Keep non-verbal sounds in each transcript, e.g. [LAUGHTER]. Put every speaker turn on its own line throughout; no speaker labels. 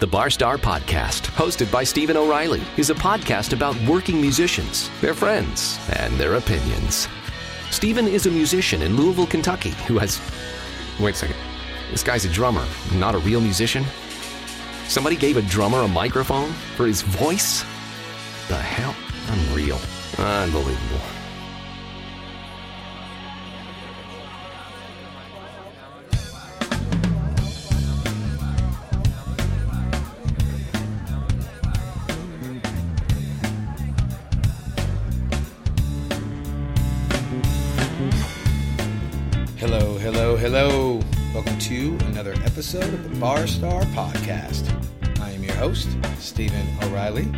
The Barstar Podcast, hosted by Stephen O'Reilly, is a podcast about working musicians, their friends, and their opinions. Stephen is a musician in Louisville, Kentucky, who has. Wait a second. This guy's a drummer, not a real musician? Somebody gave a drummer a microphone for his voice? The hell? Unreal. Unbelievable.
Hello, hello, hello. Welcome to another episode of the Bar Star Podcast. I am your host, Stephen O'Reilly,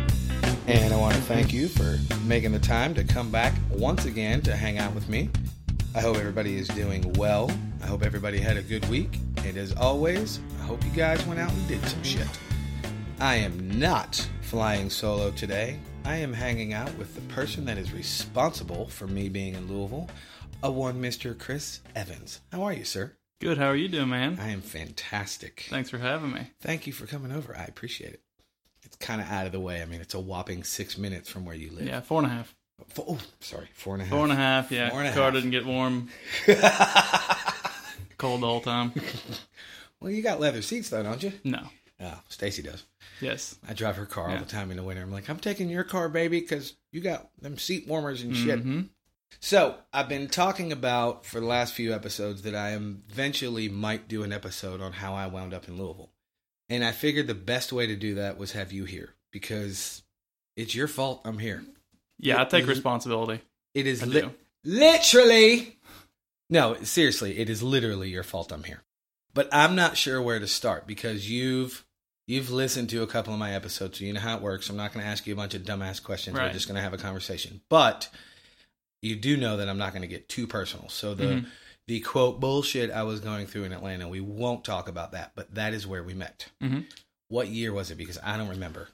and I want to thank you for making the time to come back once again to hang out with me. I hope everybody is doing well. I hope everybody had a good week. And as always, I hope you guys went out and did some shit. I am not flying solo today. I am hanging out with the person that is responsible for me being in Louisville, a one Mr. Chris Evans. How are you, sir?
Good. How are you doing, man?
I am fantastic.
Thanks for having me.
Thank you for coming over. I appreciate it. It's kind of out of the way. I mean, it's a whopping six minutes from where you live.
Yeah, four and a half.
Four, oh, sorry, four and a half.
Four and a half. Yeah,
Four and a
car
half.
didn't
[LAUGHS]
get warm. Cold the whole time.
Well, you got leather seats though, don't you?
No.
Oh, Stacy does.
Yes.
I drive her car all
Yeah.
the time in the winter. I'm like, I'm taking your car, baby, because you got them seat warmers and shit.
hmm
So I've been talking about for the last few episodes that I am eventually might do an episode on how I wound up in Louisville. And I figured the best way to do that was have you here because it's your fault I'm here.
Yeah, I take
Mhm.
responsibility.
It is
I
li-
do.
literally. No, seriously, it is literally your fault I'm here. But I'm not sure where to start because you've you've listened to a couple of my episodes, so you know how it works. I'm not going to ask you a bunch of dumbass questions. We're
Right.
just going to have a conversation. But you do know that I'm not going to get too personal. So the
Mhm.
the quote bullshit I was going through in Atlanta, we won't talk about that, but that is where we met.
Mhm.
What year was it? Because I don't remember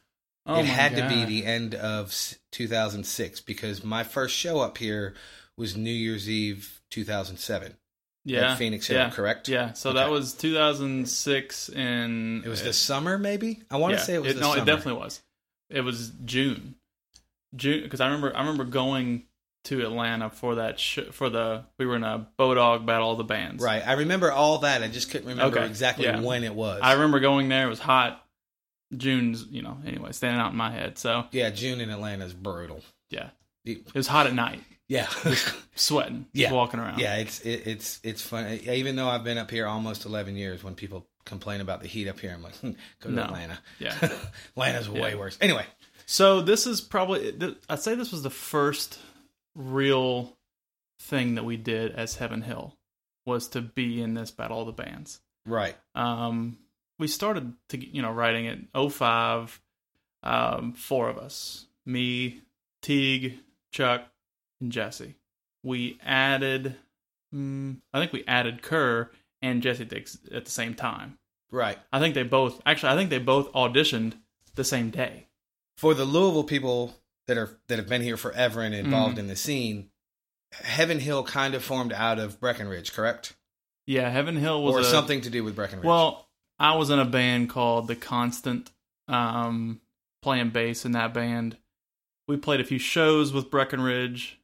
Oh
it
my
had to be
God.
the end of s- 2006 because my first show up here was New Year's Eve 2007.
yeah
at Phoenix Hill,
yeah.
correct?
Yeah. So
Okay.
that was 2006, and
It was the summer, maybe. I want to say it was the
no,
summer.
it definitely was. It was June. June because I remember I remember going to Atlanta for that sh- for the we were in a Bodog Battle of the Bands.
right. I remember all that. I just couldn't remember
Okay,
exactly
yeah.
when it was.
I remember going there. It was hot. June's, you know, anyway, standing out in my head. So
yeah, June in Atlanta is brutal.
yeah,
You-
it was hot at night,
Yeah, [LAUGHS]
sweating,
Yeah.
just walking around.
yeah. It's it, it's it's fun. Even though I've been up here almost 11 years, when people complain about the heat up here, I'm like, hmm, go to
No.
Atlanta. [LAUGHS]
yeah.
Atlanta's way
Yeah.
worse. Anyway,
So this is probably th- I'd say this was the first real thing that we did as Heaven Hill was to be in this battle of the bands.
right.
Um, we started to you know writing it 05, um, four of us, me, Teague, Chuck, and Jesse. We added, mm, I think we added Kerr and Jesse Dix at the same time.
Right.
I think they both actually I think they both auditioned the same day.
for the Louisville people that are that have been here forever and involved
Mm.
in the scene, Heaven Hill kind of formed out of Breckenridge, correct?
Yeah, Heaven Hill was
or
a-
something to do with Breckenridge.
Well, I was in a band called The Constant, um, playing bass in that band. We played a few shows with Breckenridge.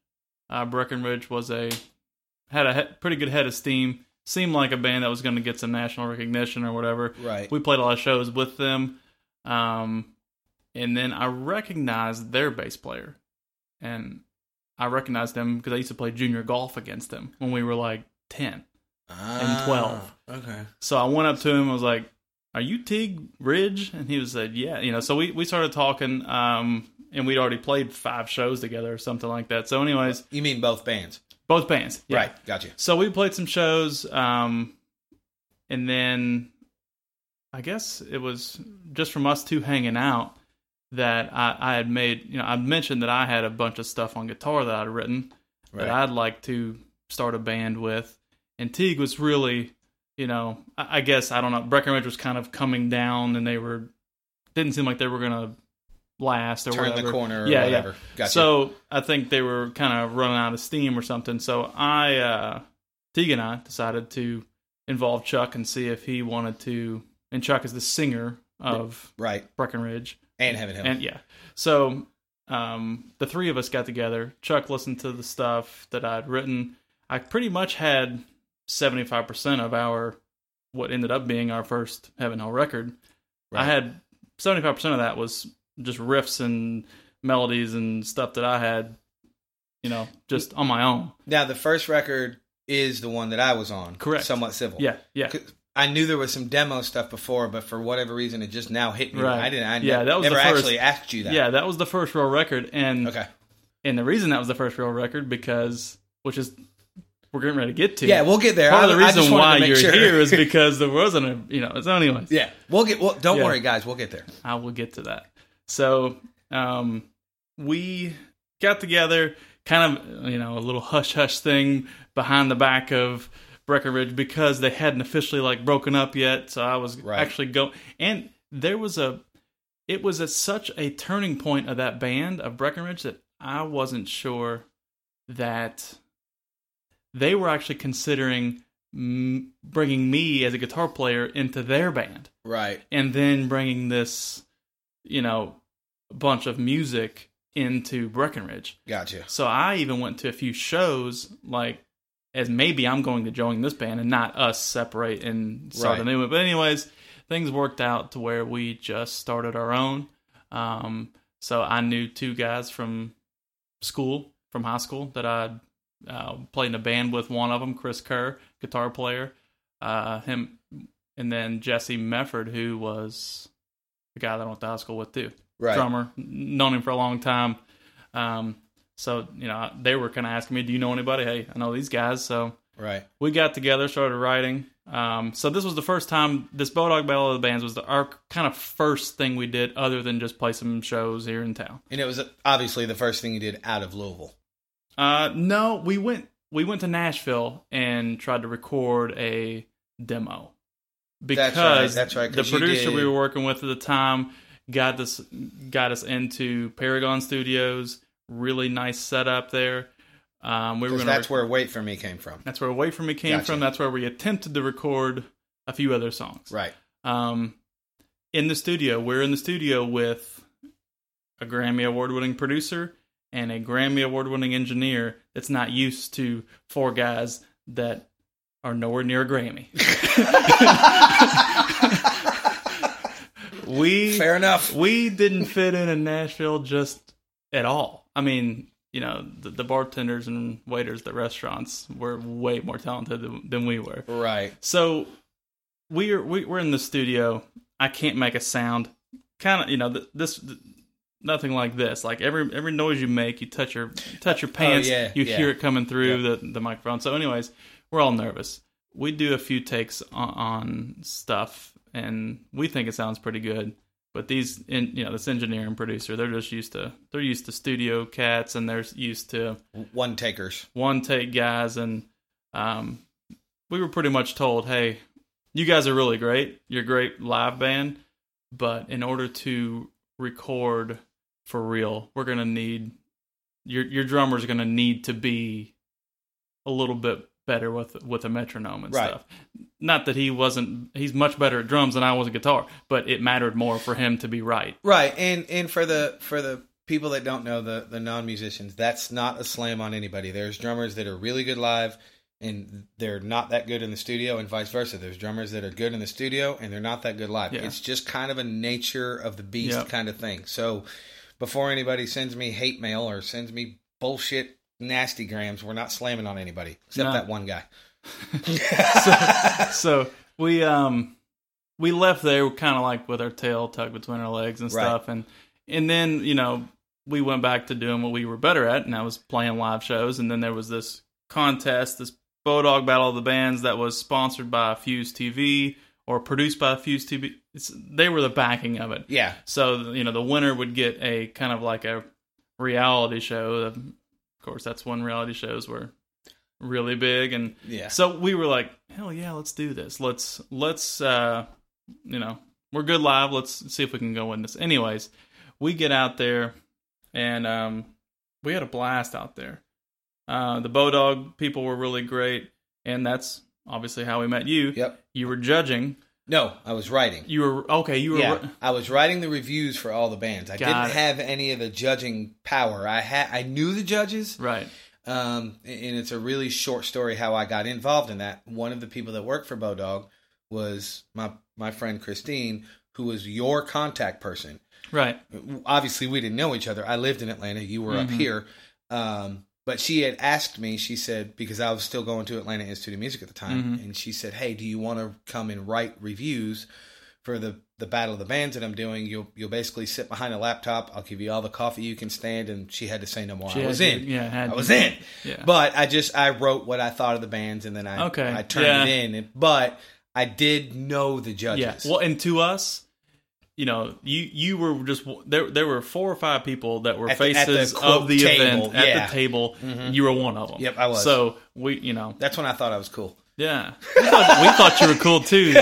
Uh, Breckenridge was a had a he- pretty good head of steam. Seemed like a band that was going to get some national recognition or whatever.
right,
We played a lot of shows with them, um, and then I recognized their bass player, and I recognized them because I used to play junior golf against them when we were like ten.
Ah,
12.
Okay,
So I went up to him. I was like, "Are you Teague Ridge?" And he was like, "Yeah." You know, so we we started talking, um, and we'd already played five shows together or something like that. So, anyways,
you mean both bands,
both bands, yeah.
right? Gotcha.
So we played some shows, um, and then I guess it was just from us two hanging out that I, I had made. You know, I mentioned that I had a bunch of stuff on guitar that I'd written,
Right,
that I'd like to start a band with. And Teague was really, you know, I, I guess I don't know. Breckenridge was kind of coming down, and they were didn't seem like they were gonna last or
turn
whatever.
the corner or
Yeah, yeah.
whatever. Gotcha.
So I think they were kind of running out of steam or something. So I, uh, Teague and I decided to involve Chuck and see if he wanted to. And Chuck is the singer of
Right.
Breckenridge.
And Heaven Hill.
And yeah. So um, the three of us got together. Chuck listened to the stuff that I'd written. I pretty much had 75% of our, what ended up being our first Heaven Hill record. I
Right.
had 75% of that was just riffs and melodies and stuff that I had, you know, just on my own.
Now, the first record is the one that I was on.
Correct.
Somewhat Civil.
Yeah. Yeah.
I knew there was some demo stuff before, but for whatever reason, it just now hit me.
Right.
I didn't. I
Yeah,
ne-
that was the
never
first-
actually asked you that.
Yeah. That was the first real record. And,
Okay.
and the reason that was the first real record because, which is, we're getting ready to get to.
Yeah, we'll get there.
Part
I-
of the
I just
reason
wanted
why
to make
you're
sure.
here
[LAUGHS]
is because there wasn't a, you know, so anyways,
yeah, we'll get. Well, don't
Yeah.
worry, guys. We'll get there.
I will get to that. So, um, we got together, kind of, you know, a little hush hush thing behind the back of Breckenridge because they hadn't officially like broken up yet. So I was
Right.
actually go, and there was a, it was at such a turning point of that band of Breckenridge that I wasn't sure that they were actually considering m- bringing me as a guitar player into their band
Right.
and then bringing this, you know, bunch of music into Breckenridge.
Gotcha.
So I even went to a few shows, like as maybe I'm going to join this band and not us separate and start a
Right.
new one. But anyways, things worked out to where we just started our own. Um, so I knew two guys from school, from high school, that I uh, played in a band with. One of them, Chris Kerr, guitar player, uh, him, and then Jesse Mefford, who was the guy that I went to high school with too
Right.
drummer, known him for a long time. Um, so you know, they were kind of asking me, "Do you know anybody?" Hey, I know these guys. So
Right.
we got together, started writing. Um, so this was the first time this Bulldog Battle of the Bands was the, our kind of first thing we did, other than just play some shows here in town.
And it was obviously the first thing you did out of Louisville.
Uh, no, we went we went to Nashville and tried to record a demo
right,
because
that's right,
the
'cause you
producer
did-
we were working with at the time got this got us into Paragon Studios. Really nice setup there. Um, we were
'Cause
gonna
that's
rec-
where Wait for Me came from.
that's where Away from Me came
Gotcha.
from. That's where we attempted to record a few other songs
Right.
um, in the studio. We're in the studio with a Grammy award winning producer and a Grammy award winning engineer that's not used to four guys that are nowhere near a Grammy. [LAUGHS] we
Fair enough.
we didn't fit in in Nashville just at all. I mean, you know, the, the bartenders and waiters at the restaurants were way more talented than, than we were.
Right.
So we're we, we're in the studio. I can't make a sound. Kind of, you know, th- this th- nothing like this. Like every every noise you make, you touch your touch your pants,
Oh, yeah,
you
yeah.
hear it coming through the the microphone. So, anyways, we're all nervous. We do a few takes on, on stuff, and we think it sounds pretty good. But these, in, you know, this engineer and producer, they're just used to they're used to studio cats, and they're used to
One takers.
one take guys and um, we were pretty much told hey you guys are really great you're a great live band but in order to record for real we're gonna need your your drummer's gonna need to be a little bit better with with a metronome and
Right.
stuff not that he wasn't he's much better at drums than i was at guitar but it mattered more for him to be right
Right. And and for the for the people that don't know the the non musicians, that's not a slam on anybody. There's drummers that are really good live and they're not that good in the studio and vice versa. There's drummers that are good in the studio and they're not that good live.
Yeah.
It's just kind of a nature of the beast
Yep.
kind of thing. So before anybody sends me hate mail or sends me bullshit nasty grams, we're not slamming on anybody except
No.
that one guy.
so we um we left there kind of like with our tail tucked between our legs and
Right.
stuff and and then you know we went back to doing what we were better at and i was playing live shows and then there was this contest this bulldog battle of the bands that was sponsored by fuse tv or produced by fuse tv it's, they were the backing of it
Yeah.
so you know the winner would get a kind of like a reality show of course that's when reality shows were really big and
Yeah.
so we were like, hell yeah, let's do this. Let's let's uh you know, we're good live. Let's see if we can go win this. Anyways, we get out there and um we had a blast out there. Uh the Bowdog people were really great and that's obviously how we met you.
Yep.
You were judging
No, I was writing.
You were okay. You were
yeah, I was writing the reviews for all the bands. I
Got
didn't
it.
have any of the judging power. I had I knew the judges,
right.
um, and it's a really short story how I got involved in that. One of the people that worked for Bodog was my my friend Christine, who was your contact person.
Right.
Obviously, we didn't know each other. I lived in Atlanta. You were up
Mhm.
here. Um, but she had asked me, she said, because I was still going to Atlanta Institute of Music at the time.
Mhm.
And she said, Hey, do you want to come and write reviews for the, the Battle of the Bands that I'm doing? You'll, you'll basically sit behind a laptop. I'll give you all the coffee you can stand. And she had to say no more.
She
I
had
was
you-
in.
Yeah, had
I
you.
was in.
Yeah.
But I just I wrote what I thought of the bands and then I
Okay.
I turned
Yeah.
it in. But I did know the
yeah.
judges.
Well, and to us, you know, you you were just there. There were four or five people that were
At the- at the
faces
quote
of the
table,
event at
yeah. Mm-hmm.
the table. You were one of them.
Yep, I was.
So we, you know,
That's when I thought I was cool.
yeah, we thought, we thought you were cool
[LAUGHS]
too.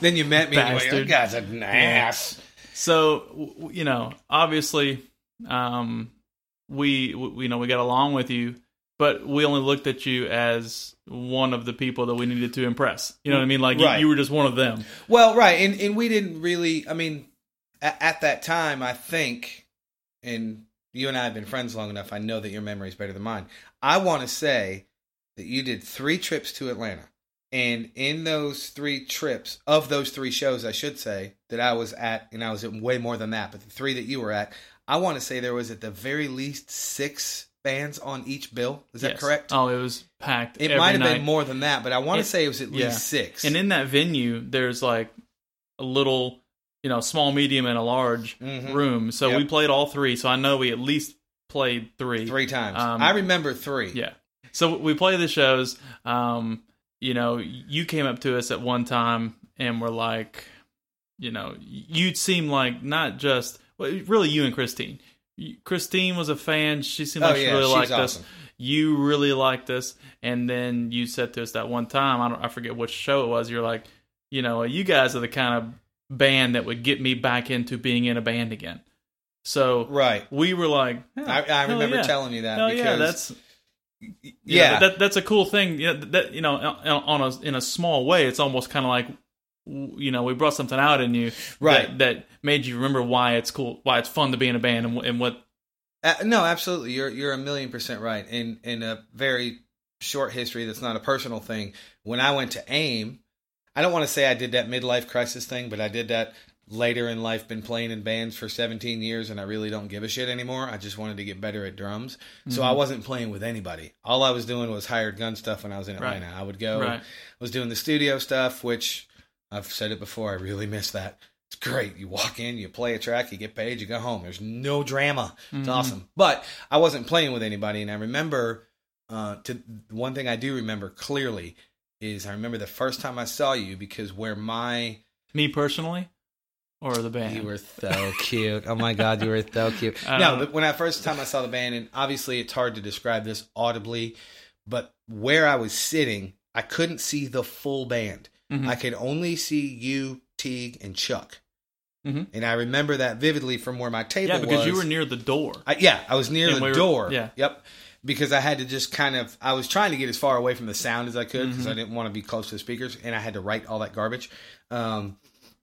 Then you met me and you were like,
Bastard.
that guy's an ass.
So w- w- you know, obviously, um, we, we you know we got along with you, but we only looked at you as one of the people that we needed to impress. You know what I mean? Like you-
Right.
you, were just one of them.
Well, right, and, and we didn't really I mean at, at that time I think and you and I have been friends long enough, I know that your memory is better than mine. I wanna say that you did three trips to Atlanta. And in those three trips, of those three shows, I should say, that I was at, and I was at way more than that, but the three that you were at, I want to say there was at the very least six bands on each bill. Is that
Yes.
correct?
Oh, it was packed.
it
every
might have
night.
been more than that, but I want
It-
to say it was at
yeah.
least six.
And in that venue, there's like a little, you know, small, medium, and a large
Mhm.
room. So
Yep.
we played all three. So I know we at least played three.
three times.
Um,
I remember three.
Yeah. So we play the shows. Um, you know, you came up to us at one time and were like, you know, you seem like not just well, really you and Christine. You- Christine was a fan. She seemed
Oh,
like she
yeah,
really
she's
liked
awesome.
us. You really liked us, and then you said to us that one time. I don't. I forget which show it was. You're like, you know, you guys are the kind of band that would get me back into being in a band again. So
Right.
we were like,
I, I remember
telling.
telling you that.
Hell
because,
yeah, that's
yeah.
yeah. that, that's a cool thing. You know, that you know, on a in a small way, it's almost kind of like w- you know we brought something out in you,
Right.
That, that made you remember why it's cool, why it's fun to be in a band, and, wh- and what
Uh, no, absolutely. You're you're a million percent right. In in a very short history, that's not a personal thing. When I went to AIM, I don't want to say I did that midlife crisis thing, but I did that later in life. Been playing in bands for 17 years, and I really don't give a shit anymore. I just wanted to get better at drums, so
Mm-hmm.
I wasn't playing with anybody. All I was doing was hired gun stuff when I was in
Right.
Atlanta. I would go.
Right.
I was doing the studio stuff, which I've said it before. I really miss that. It's great. You walk in, you play a track, you get paid, you go home. There's no drama. It's awesome. But I wasn't playing with anybody, and I remember uh, to one thing I do remember clearly is I remember the first time I saw you because where my
me personally or the band.
you were so cute. Oh my god, you were so cute.
[LAUGHS] I
No,
don't-
but when I first time I saw the band, and obviously it's hard to describe this audibly, but where I was sitting, I couldn't see the full band.
Mhm.
I could only see you, Teague, and Chuck.
Mhm.
And I remember that vividly from where my table
yeah, because you
was.
were near the door.
I, yeah, I was near
And
the
we were-
door.
yeah.
Yep. Because I had to just kind of, I was trying to get as far away from the sound as I could because
Mm-hmm.
I didn't want to be close to the speakers and I had to write all that garbage. Um,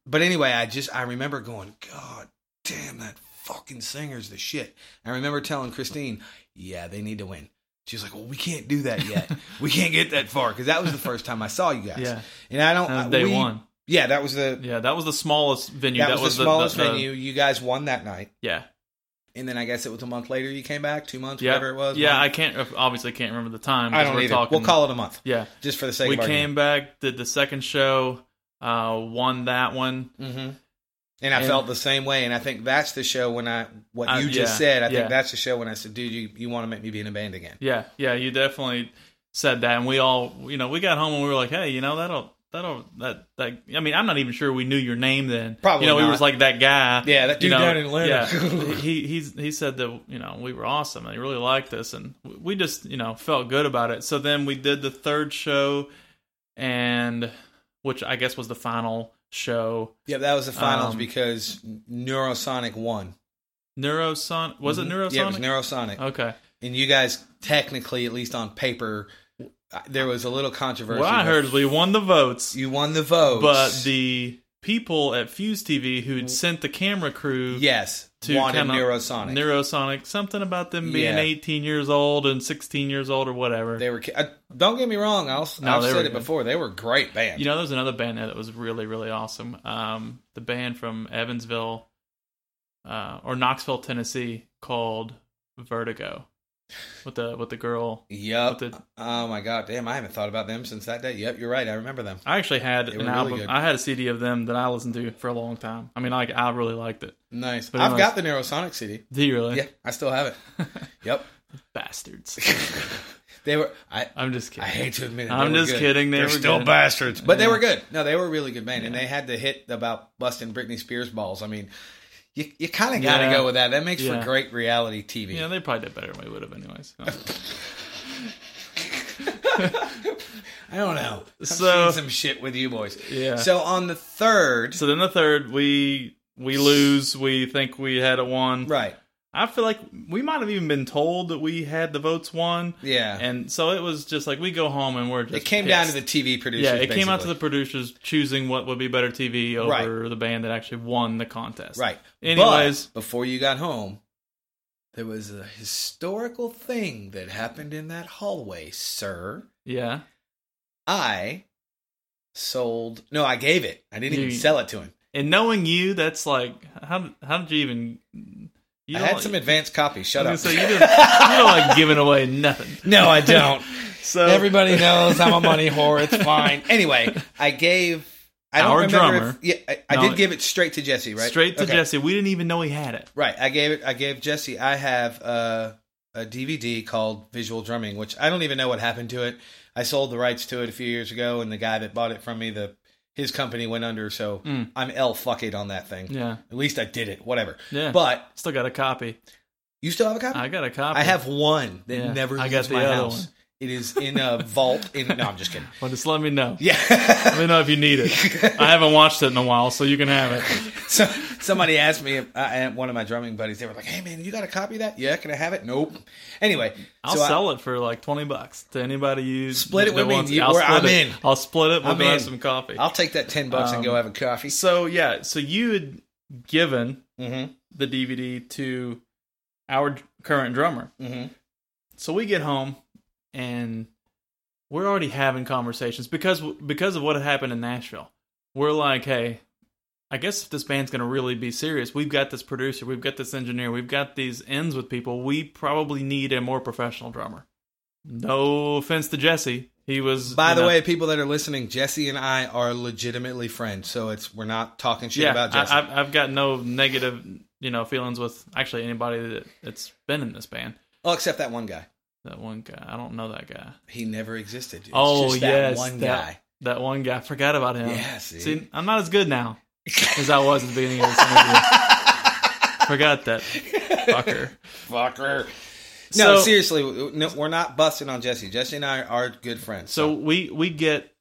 but anyway, I just, I remember going, God damn, that fucking singer's the shit. I remember telling Christine, yeah, they need to win. She was like, well, we can't do that
[LAUGHS]
yet. we can't get that far because that was the first time I saw you guys.
Yeah.
And I don't,
That was
I-
day
we-
one.
Yeah, that was the,
Yeah, that was the smallest venue.
that, was, the smallest venue. You guys won that night.
Yeah,
And then I guess it was a month later you came back, two months,
yeah,
whatever it was.
Yeah,
month.
I can't obviously can't remember the time.
I
'cause
don't
we're
either.
Talking,
We'll call it a month
Yeah,
just for the sake
we
of argument.
came back, did the second show, uh, won that one.
hmm And I
And-
felt the same way. And I think that's the show when I what
Uh,
you just
yeah,
said. I
yeah.
think that's the show when I said, dude, you, you want to make me be in a band again?
Yeah, yeah, you definitely said that, and we all, you know, we got home and we were like, hey, you know, that'll. That'll that that I mean I'm not even sure we knew your name then.
Probably
you know we
not.
was like that guy.
Yeah, that
you
dude
know,
down in Atlanta. [LAUGHS]
Yeah, he he's he said that you know we were awesome and he really liked us and w- we just you know felt good about it. So then we did the third show, and which I guess was the final show.
Yeah, that was the finals
Um,
because Neurosonic won.
Neuroson was it
Mhm.
Neurosonic? Oh.
Yeah, it was Neurosonic.
okay,
And you guys technically, at least on paper, I- there was a little controversy.
What I
but
heard is we won the votes,
you won the vote,
but the people at Fuse TV who'd sent the camera crew
yes
to
wanted
kinda-
Neurosonic.
Neurosonic, something about them being
Yeah.
18 years old and 16 years old or whatever.
they were. ki- I, don't get me wrong. I'll,
No,
I've
they
said
were
it
good.
before. They were a great band.
You know, there's another band there that was really, really awesome. Um, the band from Evansville uh, or Knoxville, Tennessee, called Vertigo, with the with the girl.
Yup.
with the-
oh my god, damn! I haven't thought about them since that day. Yep, you're right. I remember them.
I actually had
They were
an
really
album.
good.
I had a CD of them that I listened to for a long time. I mean, like I really liked it.
Nice.
But
I've
anyways-
got the Neurosonic CD.
Do you really?
Mm. Yeah, I still have
[LAUGHS]
it. yep. [LAUGHS]
Bastards.
They were. I.
I'm just
I
kidding.
hate to admit it. they
I'm
were
just
good.
kidding. They
They're
were
still
good.
bastards, but they
Yeah.
were good. No, they were a really good band, and they had the hit about busting Britney Spears balls. I mean, you you kind of got to
Yeah.
go with that. That makes for
Yeah.
great reality TV.
Yeah, they probably did better than we would
[LAUGHS]
have, anyways.
I don't know. I've
So-
seen some shit with you boys.
Yeah.
So on the third,
so then the third, we we lose. We think we had it won.
right?
I feel like we might have even been told that we had the votes won.
Yeah.
And so it was just like we go home and we're just.
it came
pissed.
down to the TV producers.
Yeah, it came out to the
basically.
producers choosing what would be better TV over the band that actually won the contest.
right.
Anyways,
but before you got home, there was a historical thing that happened in that hallway, sir.
yeah.
I sold. No, I gave it. I didn't even
You-
sell it to him.
And knowing you, that's like how how did you even? You
I had
don't-
some advanced copies. Shut
I
up.
was gonna say, you, don't, you don't like giving away nothing.
[LAUGHS] no, I don't.
[LAUGHS] So [LAUGHS]
Everybody knows I'm a money whore. It's fine. Anyway, I gave. I don't
Our
remember
drummer.
If, yeah, I, I
No,
did give it straight to Jesse. Right,
straight to
Okay.
Jesse. We didn't even know he had it.
Right, I gave it. I gave Jesse. I have uh, a DVD called Visual Drumming, which I don't even know what happened to it. I sold the rights to it a few years ago, and the guy that bought it from me, the his company went under. So
Mm.
I'm L fuck it on that thing.
Yeah,
At least I did it. Whatever.
yeah.
But
still got a copy.
You still have a copy?
I got a copy.
I have one that
Yeah,
never
I
leaves
got the
my
other
house.
one.
It is in
[LAUGHS]
a vault. In no, I'm just kidding.
Well, just let me know. Let
Yeah. [LAUGHS]
me know if you need it. I haven't watched it in a while, so you can
[LAUGHS]
have it.
so somebody asked me, if, I, and one of my drumming buddies, they were like, "Hey man, you got a copy of that? Yeah, can I have it? Nope. Anyway,
I'll
so I-
sell it for like twenty bucks to anybody you
Split it
that
with me,
wants-
you-
I'll
we're-
split
I'm
it.
in.
I'll split it. We'll
I'm
go have
in.
some coffee.
I'll take that ten bucks
Um,
and go have a coffee.
so yeah, so you had given
Mm-hmm.
the DVD to our d- current drummer.
Mm-hmm.
So we get home and we're already having conversations because because of what had happened in Nashville. We're like, hey, I guess if this band's going to really be serious, we've got this producer, we've got this engineer, we've got these ends with people. We probably need a more professional drummer. No offense to Jesse, he was.
By
you
the
know-
way, people that are listening, Jesse and I are legitimately friends, so it's we're not talking shit
yeah,
about Jesse.
I, I've, I've got no negative, you know, feelings with actually anybody that, that's been in this band.
oh, except that one guy.
That one guy, I don't know that guy.
He never existed. It's
oh
just that
yes,
one
that,
guy.
That one guy. I forgot about him.
Yeah, see?
I'm not as good
[LAUGHS]
now as I was at the beginning of this interview.
[LAUGHS]
forgot that fucker.
Fucker. No,
So-
seriously, w- no, we're not busting on Jesse. Jesse and I are good friends.
So we we get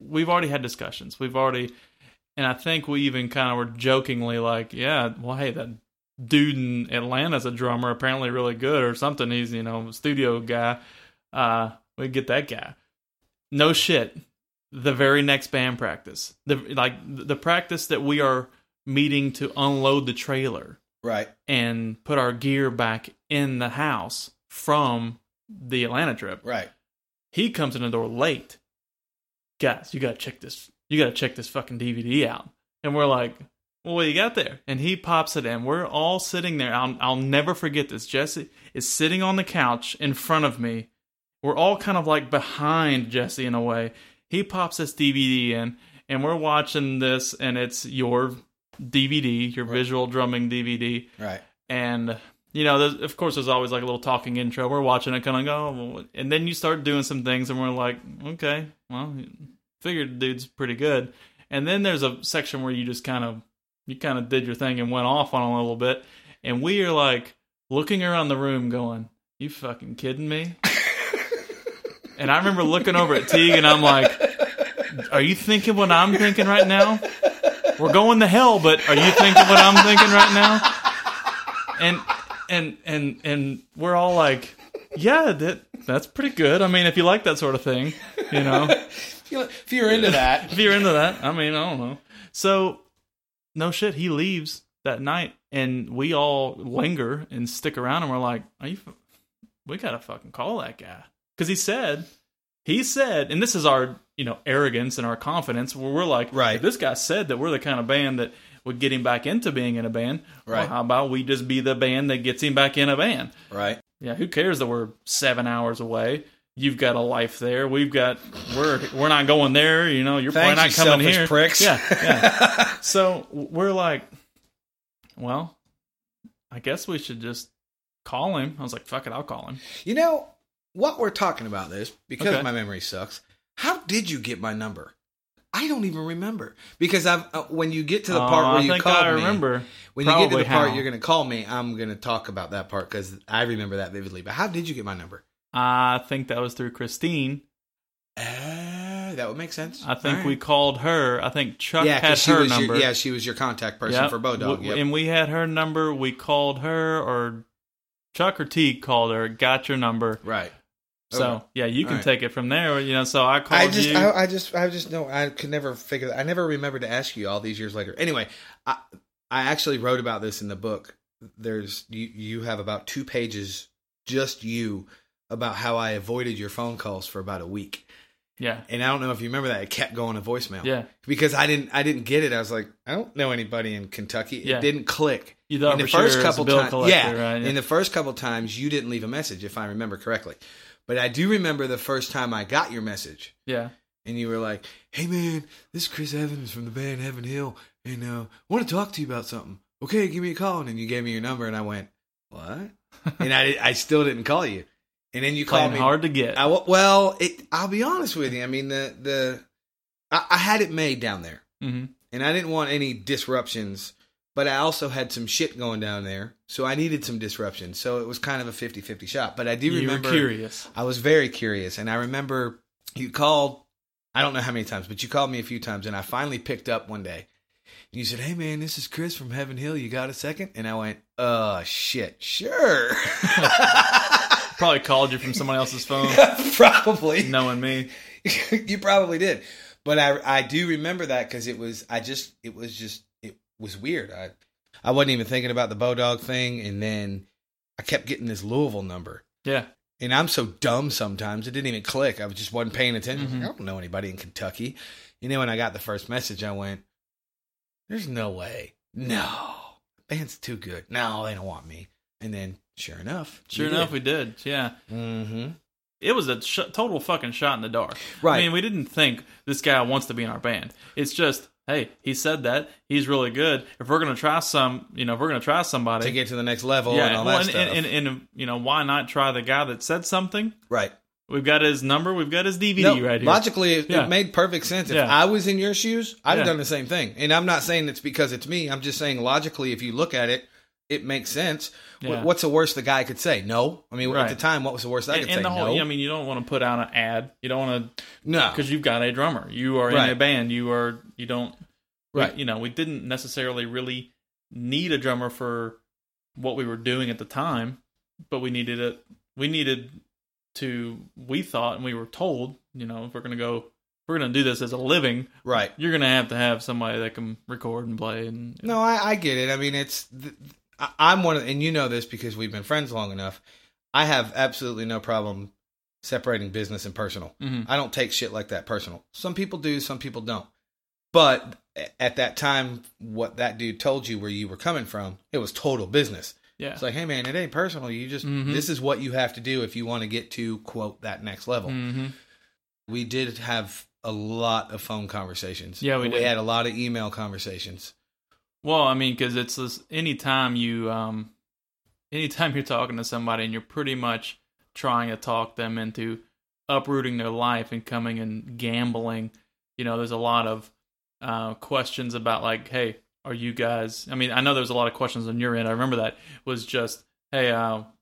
we've already had discussions. We've already and I think we even kind of were jokingly like, yeah, well, hey, that dude in Atlanta's a drummer, apparently really good or something. He's you know a studio guy. Uh, we get that guy. No shit. The very next band practice, the like the practice that we are meeting to unload the trailer
right,
and put our gear back in the house from the Atlanta trip
right.
he comes in the door late. Guys, you gotta check this. You gotta check this fucking DVD out. And we're like, well, what you got there? And he pops it in. We're all sitting there. I'll, I'll never forget this. Jesse is sitting on the couch in front of me. We're all kind of like behind Jesse in a way. He pops this DVD in, and we're watching this, and it's your DVD, your visual drumming DVD
Right.
and you know, there's, of course, there's always like a little talking intro. We're watching it, kind of go, "Oh," and then you start doing some things, and we're like, okay, well, figured the dude's pretty good. And then there's a section where you just kind of you kind of did your thing and went off on a little bit, and we are like looking around the room, going, "You fucking kidding me?" and I remember looking over at Teague, and I'm like, "Are you thinking what I'm thinking right now? We're going to hell, but are you thinking what I'm thinking right now?" and and and and we're all like, yeah, that that's pretty good. I mean, if you like that sort of thing, you know.
if you're into that,
if you're into that, I mean, I don't know. So, no shit, he leaves that night, and we all linger and stick around, and we're like, "Are you? f- We gotta fucking call that guy because he said, he said, and this is our you know arrogance and our confidence. Where we're like,
Right.
if this guy said that we're the kind of band that would get him back into being in a band. Well,
Right.
how about we just be the band that gets him back in a band?
right?
yeah, who cares that we're seven hours away? You've got a life there. We've got we're we're not going there. You know, you're
Thanks,
probably not
you
coming
selfish
here.
pricks. [LAUGHS]
Yeah, yeah. so we're like, well, I guess we should just call him. I was like, fuck it, I'll call him.
You know what we're talking about this because
Okay.
my memory sucks. How did you get my number? I don't even remember because I've uh, when you get to the part
Oh,
where
I
you
think
called
I
me-
remember.
when you get to
probably
the part
how.
you're going to call me, I'm going to talk about that part because I remember that vividly. But how did you get my number?
I think that was through Christine.
Uh, that would make sense.
I think
All
we
right.
called her. I think Chuck
yeah, 'cause
had
she
her
was
number.
Your, yeah, she was your contact person
Yep.
for Bodog.
W-
Yep.
And we had her number. We called her, or Chuck or Teague called her. Got your number.
right.
So
Okay.
yeah, you can
All right.
take it from there. You know, so I called
I just,
you.
I, I just, I just know I could never figure. that. I never remembered to ask you all these years later. Anyway, I, I actually wrote about this in the book. There's you, you have about two pages just you about how I avoided your phone calls for about a week,
yeah,
and I don't know if you remember that. It kept going to voicemail.
yeah.
because I didn't, I didn't get it. I was like, I don't know anybody in Kentucky.
Yeah.
It didn't click.
You thought
in the
for
first
sure it was
couple
a bill
times,
collector,
yeah,
right?
In the first couple times, you didn't leave a message, if I remember correctly. But I do remember the first time I got your message
yeah,
and you were like, "Hey man, this is Chris Evans from the band Heaven Hill, and uh, want to talk to you about something. Okay, give me a call." And then you gave me your number, and I went,
[LAUGHS]
"What?" and I, I still didn't call you. And then you
playing
called me.
hard to get.
I wa- well, it, I'll be honest with you. I mean, the the I, I had it made down there,
hmm
and I didn't want any disruptions. But I also had some shit going down there, so I needed some disruption. So it was kind of a 50-50 shot. But I do
You,
remember
were curious.
I was very curious, and I remember you called. I don't know how many times, but you called me a few times, and I finally picked up one day. And you said, "Hey, man, this is Chris from Heaven Hill. You got a second? And I went, "Uh, shit, sure, [LAUGHS]
Probably called you from someone
[LAUGHS]
else's phone,
probably."
knowing me.
[LAUGHS] you probably did, but I I do remember that because it was I just it was just it was weird. I I wasn't even thinking about the Bodog thing, and then I kept getting this Louisville number,
Yeah,
and I'm so dumb sometimes it didn't even click. I was just wasn't paying attention. I, was like,
Mhm.
I don't know anybody in Kentucky. And then when I got the first message, I went, "There's no way. No, band's too good. No, they don't want me." And then, sure enough,
sure enough, we did. Yeah,
mm-hmm.
it was a sh- total fucking shot in the dark.
right,
I mean, we didn't think this guy wants to be in our band. It's just, hey, he said that he's really good. If we're gonna try some, you know, if we're gonna try somebody,
to get to the next level
yeah,
and all
well,
that
and,
stuff.
and, and and you know, why not try the guy that said something?
right.
We've got his number. We've got his DVD
No,
right here.
Logically, it,
Yeah.
it made perfect sense. If
Yeah.
I was in your shoes, I'd
Yeah.
have done the same thing. And I'm not saying it's because it's me. I'm just saying logically, if you look at it, it makes sense. Wh-
Yeah.
What's the worst the guy could say? No. I mean, at
Right.
the time, what was the worst I
and,
could
and
say?
the whole,
no.
I mean, you don't want to put out an ad. You don't want to
no.
because you've got a drummer. You are in a
Right.
band. You are you don't we-
Right.
You know, we didn't necessarily really need a drummer for what we were doing at the time, but we needed it. We needed to. We thought and we were told. You know, if we're gonna go, if we're gonna do this as a living.
Right.
You're gonna have to have somebody that can record and play and
No, I, I get it. I mean, it's th- I, I'm one of, and you know this because we've been friends long enough. I have absolutely no problem separating business and personal.
Mhm.
I don't take shit like that personal. Some people do, some people don't. But a- at that time, what that dude told you where you were coming from, it was total business.
yeah.
It's like, hey man, it ain't personal. You just
Mhm.
this is what you have to do if you want to get to quote that next level.
hmm
We did have a lot of phone conversations.
Yeah, we
And
did.
had a lot of email conversations.
Well, I mean, because it's this, anytime you, um, anytime [LAUGHS] you're talking to somebody and you're pretty much trying to talk them into uprooting their life and coming and gambling, you know, there's a lot of uh, questions about like, hey, are you guys? I mean, I know there's a lot of questions on your end. I remember that was just, hey, uh, all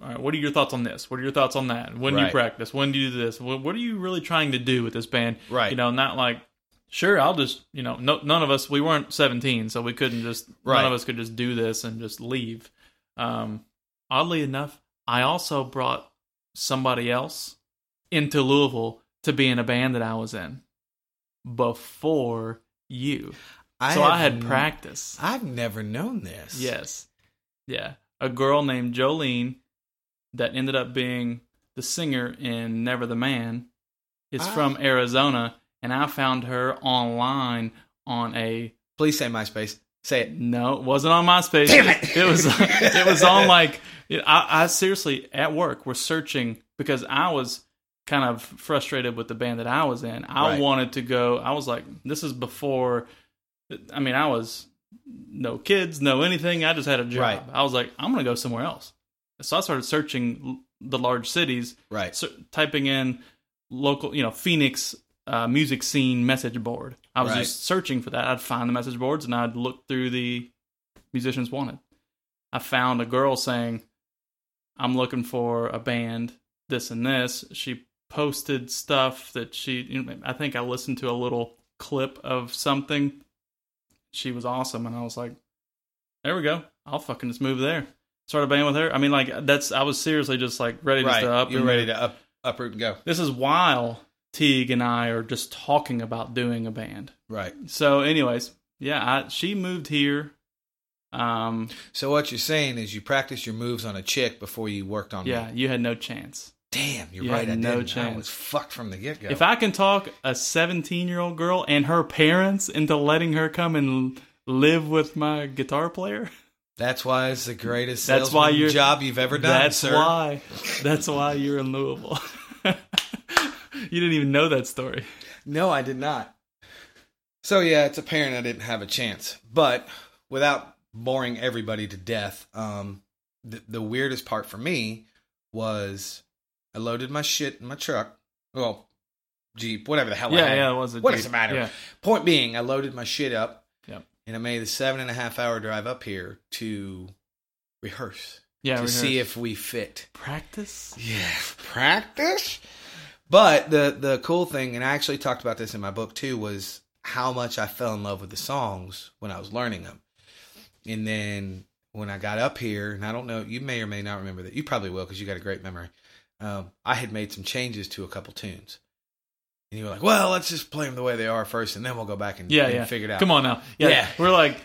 right, what are your thoughts on this? What are your thoughts on that? When do you
Right.
practice? When do you do this? What, what are you really trying to do with this band?
Right.
You know, not like sure i'll just you know no, none of us we weren't 17 so we couldn't just
Right.
none of us could just do this and just leave um oddly enough i also brought somebody else into Louisville to be in a band that I was in before you. so I had
have-
practice.
I've never known this.
Yes. Yeah. A girl named Jolene that ended up being the singer in Never the Man is
Ah.
from Arizona, and I found her online on a
Please say MySpace. Say it.
no, it wasn't on MySpace.
Damn it. [LAUGHS]
was it was on like I, I seriously at work were searching because I was kind of frustrated with the band that I was in. I
Right.
wanted to go. I was like, this is before. I mean, I was no kids, no anything. I just had a job.
Right.
I was like, I'm gonna go somewhere else. So I started searching l- the large cities,
Right.
so, typing in local, you know, Phoenix uh, music scene message board. I was
Right.
just searching for that. I'd find the message boards and I'd look through the musicians wanted. I found a girl saying, "I'm looking for a band, this and this." She posted stuff that she. You know, I think I listened to a little clip of something. She was awesome, and I was like, "There we go. I'll fucking just move there." Started band with her. I mean, like that's. I was seriously just like ready just
Right.
to up.
You're
and
ready to up, uproot and go.
this is while Teague and I are just talking about doing a band.
Right.
So, anyways, yeah, I, she moved here. Um,
So what you're saying is you practiced your moves on a chick before you worked on
yeah,
me.
you had no chance.
Damn, you're
You
right. I
had no
didn't. I
chance.
was fucked from the get go.
If I can talk a 17 year old girl and her parents into letting her come and l- live with my guitar player,
That's why it's the greatest
That's why
salesman
you're-
job you've ever done,
that's
sir.
why. That's why you're in Louisville. [LAUGHS] you didn't even know that story.
No, I did not. So yeah, it's apparent I didn't have a chance. But without boring everybody to death, um, the, the weirdest part for me was I loaded my shit in my truck. Well, Jeep, whatever the hell. I
yeah,
had.
yeah, it was a
What
Jeep.
does it matter?
Yeah.
Point being, I loaded my shit up,
Yep.
and I made a seven and a half hour drive up here to rehearse
yeah
to
we
see
heard.
if we fit.
practice.
Yeah, practice. But the the cool thing, and I actually talked about this in my book too, was how much I fell in love with the songs when I was learning them. And then when I got up here, and I don't know, you may or may not remember that. You probably will because you got a great memory. Um, I had made some changes to a couple tunes, and you were like, "Well, let's just play them the way they are first, and then we'll go back and,
Yeah,
and
yeah.
figure it out."
Come on now. Yeah.
Yeah.
We're like,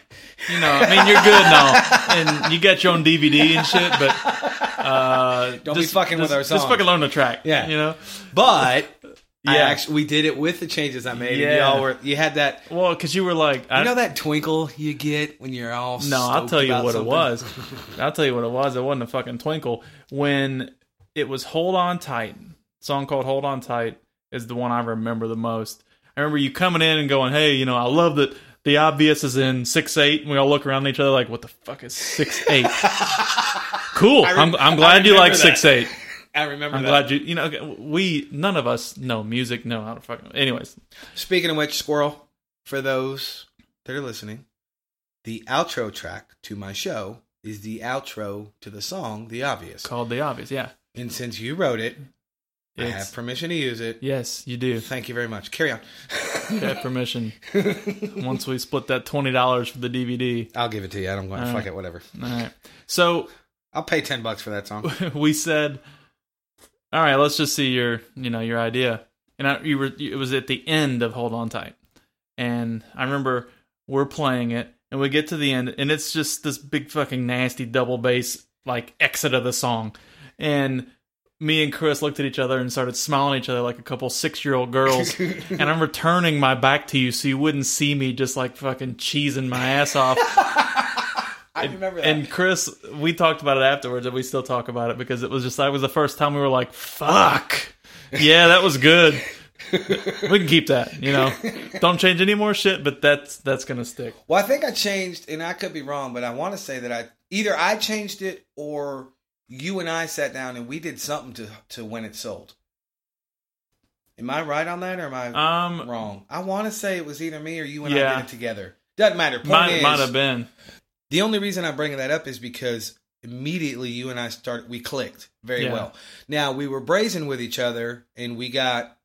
you know, I mean, you're good now. And you got your own DVD and shit, but. Uh,
Don't be fucking with
just-
our
Just
songs.
fucking learn the track.
Yeah.
You know?
But yeah,
[LAUGHS] Yeah.
actually, we did it with the changes I made. And
Yeah.
y'all were you had that
Well, because you were like, I,
You know that twinkle you get when you're all
no, I'll
stoked
tell you
about
what
something?
it was. I'll tell you what it was. It wasn't a fucking twinkle. When it was Hold On Tight, song called Hold On Tight is the one I remember the most. I remember you coming in and going, hey, you know, I love that the obvious is in 6'8. And we all look around at each other like, what the fuck is
[LAUGHS]
6'8? cool.
I
I'm,
rem-
I'm
I
glad you like
remember that.
6'8.
I remember
I'm
that.
glad you, you know, okay, we, none of us know music. No, I don't fucking, anyways.
Speaking of which, Squirrel, for those that are listening, the outro track to my show is the outro to the song The Obvious.
Called the obvious. Yeah.
And since you wrote it, I
It's-
have permission to use it.
Yes, you do.
Thank you very much. Carry on.
Get permission. Once we split that twenty dollars for the DVD.
I'll give it to you. I don't want to
All
fuck
right.
it, whatever.
All right. So
I'll pay 10 bucks for that
[LAUGHS]
song.
we said, all right, let's just see your, you know, your idea. And I, you were, it was at the end of Hold On Tight, and I remember we're playing it, and we get to the end, and it's just this big fucking nasty double bass like exit of the song, and me and Chris looked at each other and started smiling at each other like a couple six year old girls. and I'm returning my back to you so you wouldn't see me just like fucking cheesing my ass off.
I remember that.
And Chris, we talked about it afterwards, and we still talk about it because it was just that was the first time we were like, "Fuck, yeah, that was good. we can keep that, you know. Don't change any more shit, but that's that's gonna stick."
Well, I think I changed, and I could be wrong, but I want to say that I either I changed it or you and I sat down and we did something to to when it sold. Am I right on that, or am I
Um,
wrong? I want to say it was either me or you and I
Yeah.
did it together. Doesn't matter. Point
might
is,
might have been.
the only reason I'm bringing that up is because immediately you and I started, we clicked very
Yeah.
well. Now we were brazen with each other, and we got,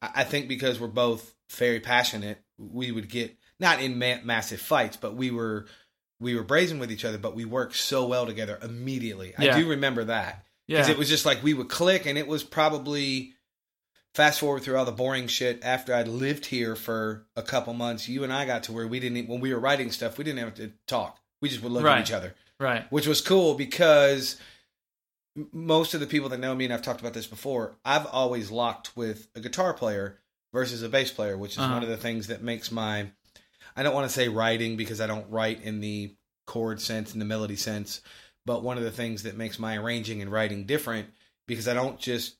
I I think, because we're both very passionate, we would get not in ma- massive fights, but we were we were brazen with each other, but we worked so well together immediately. I
Yeah.
do remember that. Because
Yeah.
it was just like we would click, and it was probably fast forward through all the boring shit. After I'd lived here for a couple months, you and I got to where we didn't, e, when we were writing stuff, we didn't have to talk. We just would look
Right.
at each other,
right.
which was cool because m- most of the people that know me, and I've talked about this before, I've always locked with a guitar player versus a bass player, which is
Uh-huh.
one of the things that makes my, I don't want to say writing because I don't write in the chord sense and the melody sense, but one of the things that makes my arranging and writing different because I don't just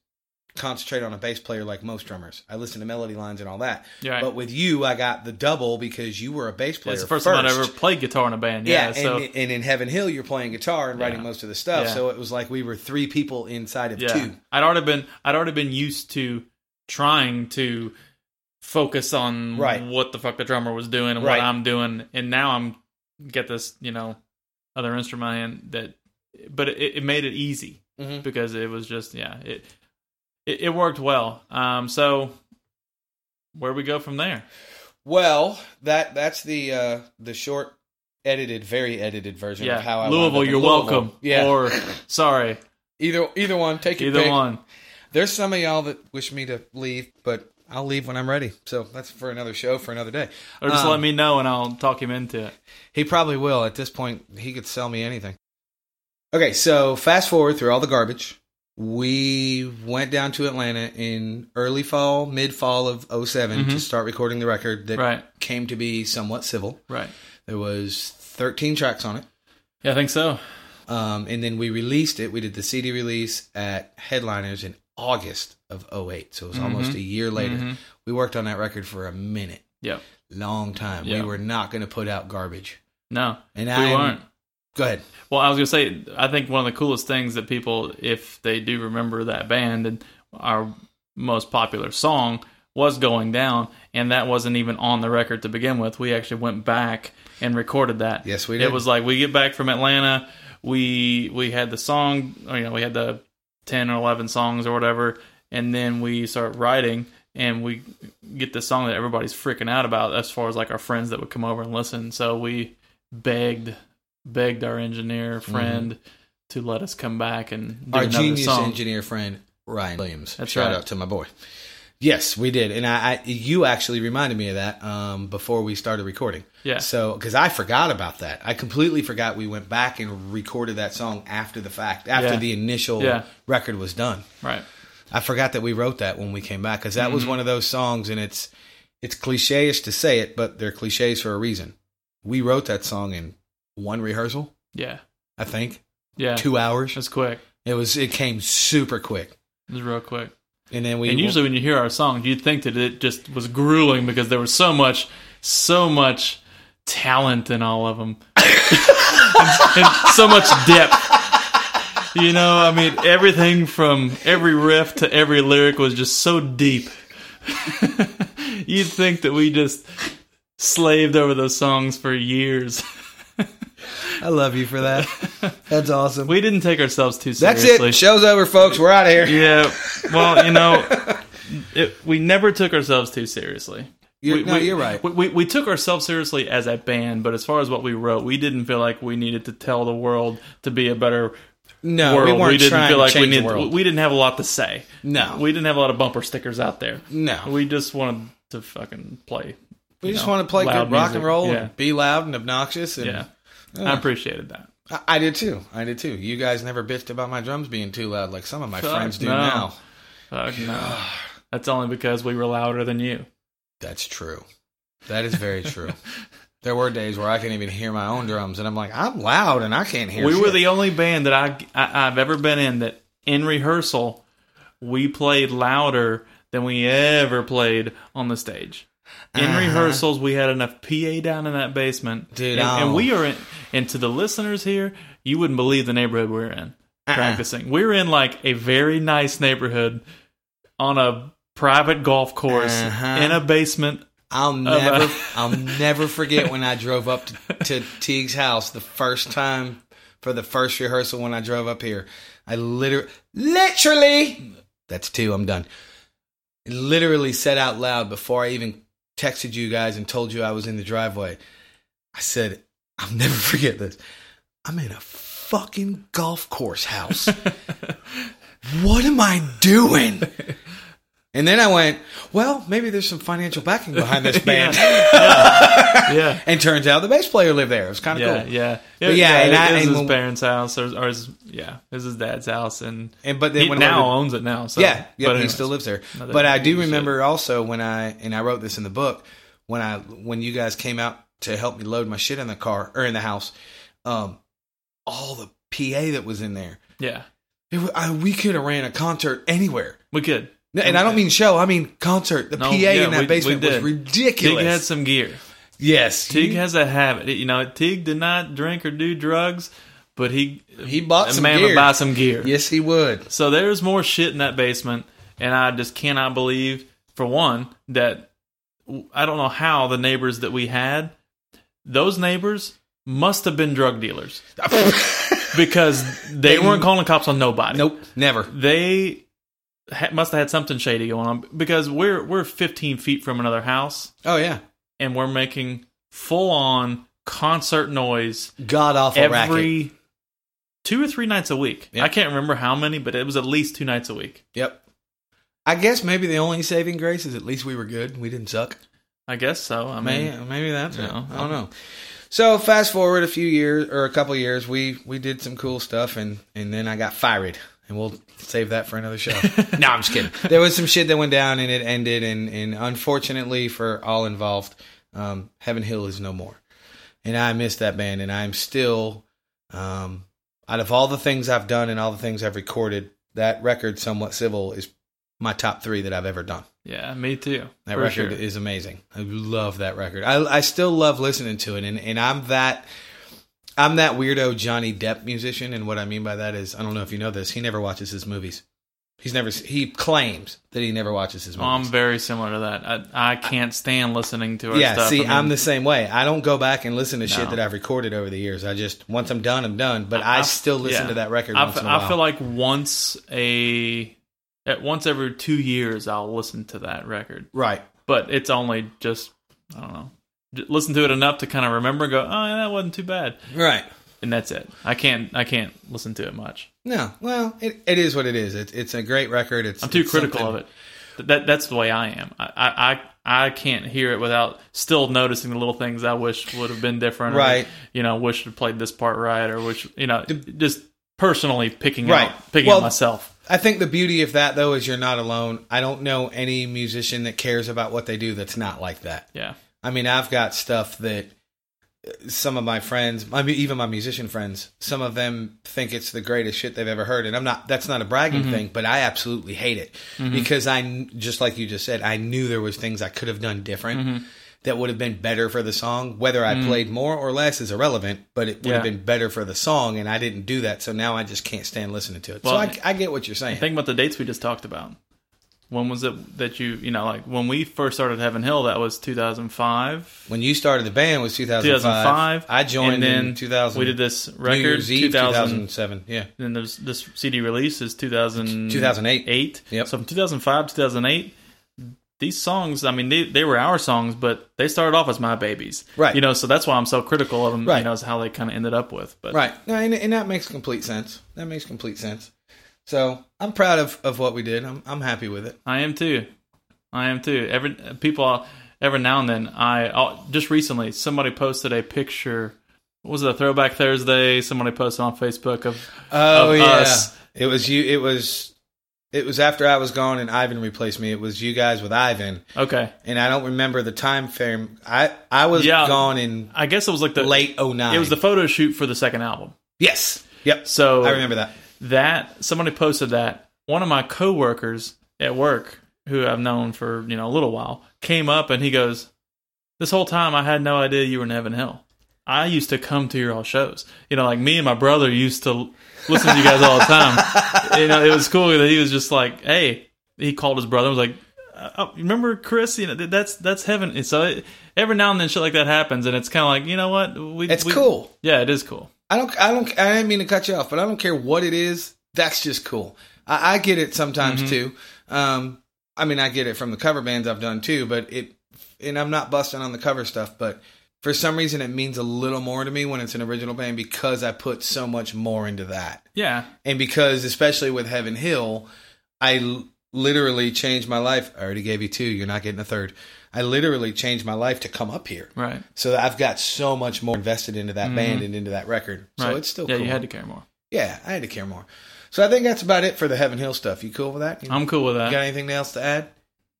concentrate on a bass player like most drummers. I listen to melody lines and all that.
You're right.
But with you, I got the double because you were a bass player.
it's the first, time I ever played guitar in a band.
Yeah,
Yeah. so
and, and in Heaven Hill, you're playing guitar and writing
Yeah.
most of the stuff.
Yeah.
So it was like we were three people inside of
yeah,
two.
I'd already been I'd already been used to trying to focus on
Right.
what the fuck the drummer was doing and
Right.
what I'm doing, and now I'm get this you know other instrument in that, but it, it made it easy
Mhm.
because it was just yeah it it, it worked well. Um, so where we go from there?
Well, that that's the uh, the short, edited, very edited version of how I
yeah,
wound
Louisville,
up in
you're
Louisville.
welcome.
Yeah,
or sorry,
either either one. Take your
either
pick.
one.
There's some of y'all that wish me to leave, but I'll leave when I'm ready. So that's for another show for another day.
Or just
Um,
let me know and I'll talk him into it.
He probably will. At this point, he could sell me anything. Okay, so fast forward through all the garbage. We went down to Atlanta in early fall, mid fall of 7 to
Mhm.
start recording the record that
Right,
came to be somewhat civil.
right.
There was 13 tracks on it.
Yeah, I think so.
Um, and then we released it. We did the CD release at Headliners in August of 08. So it was almost
Mhm.
a year later.
Mhm.
We worked on that record for a minute.
Yep.
Long time.
Yeah.
We were not going to put out garbage.
No,
And
we
I
weren't.
Go ahead.
Well, I was gonna say, I think one of the coolest things that people, if they do remember that band and our most popular song was going down, and that wasn't even on the record to begin with. We actually went back and recorded that.
Yes, we did.
It was like we get back from Atlanta, we we had the song, or, you know, we had the ten or eleven songs or whatever, and then we start writing. And we get the song that everybody's freaking out about, as far as like our friends that would come over and listen. So we begged begged our engineer friend to let us come back and do
Mm-hmm. our
another
genius
song.
engineer friend Ryan Williams.
That's
Shout
right.
out to my boy. Yes, we did, and I, I you actually reminded me of that um, before we started recording.
Yeah.
So because I forgot about that, I completely forgot we went back and recorded that song after the fact, after
Yeah.
the initial
Yeah.
record was done.
Right.
I forgot that we wrote that when we came back because that was
Mm-hmm.
one of those songs, and it's it's cliche-ish to say it, but they're cliches for a reason. We wrote that song in one rehearsal,
Yeah.
I think,
Yeah.
two hours.
It's quick.
It was it came super quick.
It's real quick.
And then we
and usually when you hear our songs, you'd think that it just was grueling because there was so much, so much talent in all of them, [LAUGHS] and, and so much depth. You know, I mean, everything from every riff to every lyric was just so deep. [LAUGHS] you'd think that we just slaved over those songs for years.
I love you for
[LAUGHS]
that. That's awesome.
We didn't take ourselves too
That's
seriously.
it. Show's over, folks. We're out of here.
Yeah. Well, you know, it, we never took ourselves too seriously.
You're,
we,
no,
we-
you're right.
We, we, we took ourselves seriously as a band, but as far as what we wrote, we didn't feel like we needed to tell the world to be a better
No,
world.
we weren't
didn't
trying
feel like
to
we
change
needed.
the world.
We didn't have a lot to say.
No.
we didn't have a lot of bumper stickers out there.
no, we,
We just wanted to fucking play. you
just
know,
want to play good
loud
rock and
music.
roll
Yeah,
and be loud and obnoxious. And
yeah. I appreciated that.
I, I did too. I did too. You guys never bitched about my drums being too loud like some of my
Fuck,
friends do
no.
now. [SIGHS]
Fuck no. That's only because we were louder than you.
That's true. That is very
[LAUGHS]
true. there were days where I couldn't even hear my own drums, and I'm like, I'm loud and I can't hear.
we were
shit.
the only band that I, I I've ever been in that in rehearsal we played louder than we ever played on the stage. In
Uh-huh.
rehearsals, we had enough PA down in that basement,
Dude, oh.
and, and
I'll-
we are in. And to the listeners here, you wouldn't believe the neighborhood we're in
Uh-uh.
practicing. We're in like a very nice neighborhood on a private golf course
Uh-huh.
in a basement.
I'll never,
uh,
I'll never forget when I drove up to, to Teague's house the first time for the first rehearsal when I drove up here. I literally, literally, that's two. I'm done. Literally said out loud before I even texted you guys and told [LAUGHS] you I was in the driveway. I said, I'll never forget this. I'm in a fucking golf course
[LAUGHS]
house. what am I doing? And then I went, well, maybe there's some financial backing behind
[LAUGHS]
this band. [LAUGHS]
yeah.
And turns out the bass player lived there. It was kind of
Yeah,
cool.
yeah,
But yeah, and I-
it is
and
his
when-
parents' house, or, or his yeah, it is his dad's house, and
And but then
he
when I
now
lived-
owns it now. So
yeah, yeah, he
but anyways.
still lives there.
Another
But I do
piece of
remember also when I and I wrote this in the book when I when you guys came out to help me load my shit in the car or in the house, um, all the PA that was in there.
Yeah,
It, wa- I, we could have ran a concert anywhere.
we could.
No, And I don't mean show. I mean concert. The
No,
PA
yeah,
in
we-
that
we
basement was
did.
ridiculous.
Tig had some gear.
yes,
Tig
he-
has a habit. You know, Tig did not drink or do drugs, but he
He bought
a
some
man
gear.
would buy some gear.
Yes, he would.
So there's more shit in that basement, and I just cannot believe, for one, that I don't know how the neighbors that we had, those neighbors must have been drug
[LAUGHS]
dealers because they,
They-
weren't calling cops on nobody.
nope, never.
They ha- must have had something shady going on because we're we're 15 feet from another house
Oh yeah,
and we're making full on concert noise
god awful racket.
every two or three nights a week.
Yeah.
I can't remember how many, but it was at least two nights a week.
Yep. I guess maybe the only saving grace is at least we were good. We didn't suck.
I guess so. I mean,
Maybe, maybe that's it.
No.
I don't know. So fast forward a few years or a couple years, we we did some cool stuff, and and then I got fired, and we'll save that for another show. [LAUGHS] no, I'm just kidding. There was some shit that went down, and it ended, and and unfortunately for all involved, um, Heaven Hill is no more, and I miss that band, and I'm still, um, out of all the things I've done and all the things I've recorded, that record, Somewhat Civil, is my top three that I've ever done.
yeah, me too.
That
for
record
sure.
is amazing. I love that record. I, I still love listening to it, and, and I'm that I'm that weirdo Johnny Depp musician. And what I mean by that is, I don't know if you know this. He never watches his movies. He's never. He claims that he never watches his
Well, I'm
movies.
very similar to that. I, I can't stand listening to our
yeah,
stuff.
see,
I mean,
I'm the same way. I don't go back and listen to shit
No.
that I've recorded over the years. I just once I'm done, I'm done. But I,
I-
still listen
yeah.
to that record
I,
once
f-
in a while.
I feel like once a at once every two years I'll listen to that record,
right.
but it's only just I don't know. J- Listen to it enough to kind of remember. And go, oh, yeah, that wasn't too bad,
Right.
and that's it. I can't. I can't listen to it much.
No. Well, it, it is what it is. It, it's a great record. It's
I'm too
it's
critical
something-
of it. Th- That that's the way I am. I- I, I I can't hear it without still noticing the little things I wish would have been different. or,
Right.
you know, wish had played this part right, or which you know, just personally picking
Right.
out picking
Well-
out myself.
I think the beauty of that though is you're not alone. I don't know any musician that cares about what they do that's not like that.
Yeah.
I mean, I've got stuff that uh, some of my friends, I mean, even my musician friends, some of them think it's the greatest shit they've ever heard, and I'm not. That's not a bragging
Mm-hmm.
thing, but I absolutely hate it because I, kn- just like you just said, I knew there was things I could have done different.
Mm-hmm.
That would have been better for the song. Whether I played more or less is irrelevant, but it would have
Yeah.
been better for the song, and I didn't do that. So now I just can't stand listening to it.
Well,
so I, I get what you're saying.
Think about the dates we just talked about. When was it that you you know like when we first started Heaven Hill? That was 2005.
when you started the band was 2005.
2005.
I joined
and then
in 2000.
We did this
New
record
Year's Eve
2000
2007. Yeah.
then there's this CD release is 2000,
2008.
Eight.
Yep.
So from 2005 2008, these songs, I mean, they, they were our songs, but they started off as my babies.
Right.
You know, so that's why I'm so critical of them,
Right.
you know, is how they kind of ended up with. But
Right. No, and, and that makes complete sense. That makes complete sense. So I'm proud of, of what we did. I'm, I'm happy with it.
I am too. I am too. Every people every now and then I I'll, just recently somebody posted a picture what was it a throwback Thursday somebody posted on Facebook of
Oh
Of
yeah.
us.
It was you. It was it was after I was gone and Ivan replaced me. It was you guys with Ivan,
okay
and I don't remember the time frame. I I was
Yeah.
gone in
I guess it was like the
late 09.
it was the photo shoot for the second album
yes. Yep.
so
I remember that.
that somebody posted that one of my coworkers at work who I've known for you know a little while came up and he goes, "This whole time I had no idea you were in Heaven Hill. I used to come to your all shows. You know, like me and my brother used to listen to you guys all the
[LAUGHS]
time. you know, it was cool that he was just like, hey, he called his brother and was like." "Uh, uh, Remember Chris? You know th- that's that's heaven. And So it, every now and then, shit like that happens, and it's kind of like you know what? We,
It's
we-
cool.
Yeah, it is cool.
I don't, I don't, I didn't mean to cut you off, but I don't care what it is. That's just cool. I, I get it sometimes too. Um, I mean, I get it from the cover bands I've done too, but it, and I'm not busting on the cover stuff, but for some reason it means a little more to me when it's an original band because I put so much more into that.
Yeah.
And because especially with Heaven Hill, I l- literally changed my life. I already gave you two, you're not getting a third. I literally changed my life to come up here.
Right.
So that I've got so much more invested into that band and into that record. So
Mm-hmm. right.
it's still
yeah.
cool.
You had to care more.
yeah, I had to care more. So I think that's about it for the Heaven Hill stuff. You cool with that? You
I'm cool with that.
got anything else to add?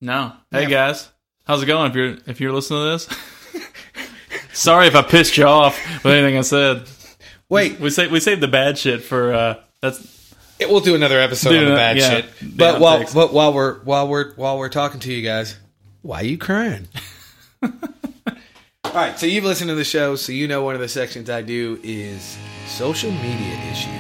No. Hey guys, how's it going? If you're if you're listening to this, [LAUGHS] sorry if I pissed you off with anything I said.
Wait,
We say we saved the bad shit for uh that's
It, we'll do another episode
Do
on the
it,
bad
yeah.
shit. But
Yeah,
while
thanks.
but while we're while we're while we're talking to you guys, why you
[LAUGHS]
crying? All right, so you've listened to the show, so you know one of the sections I do is social media issues.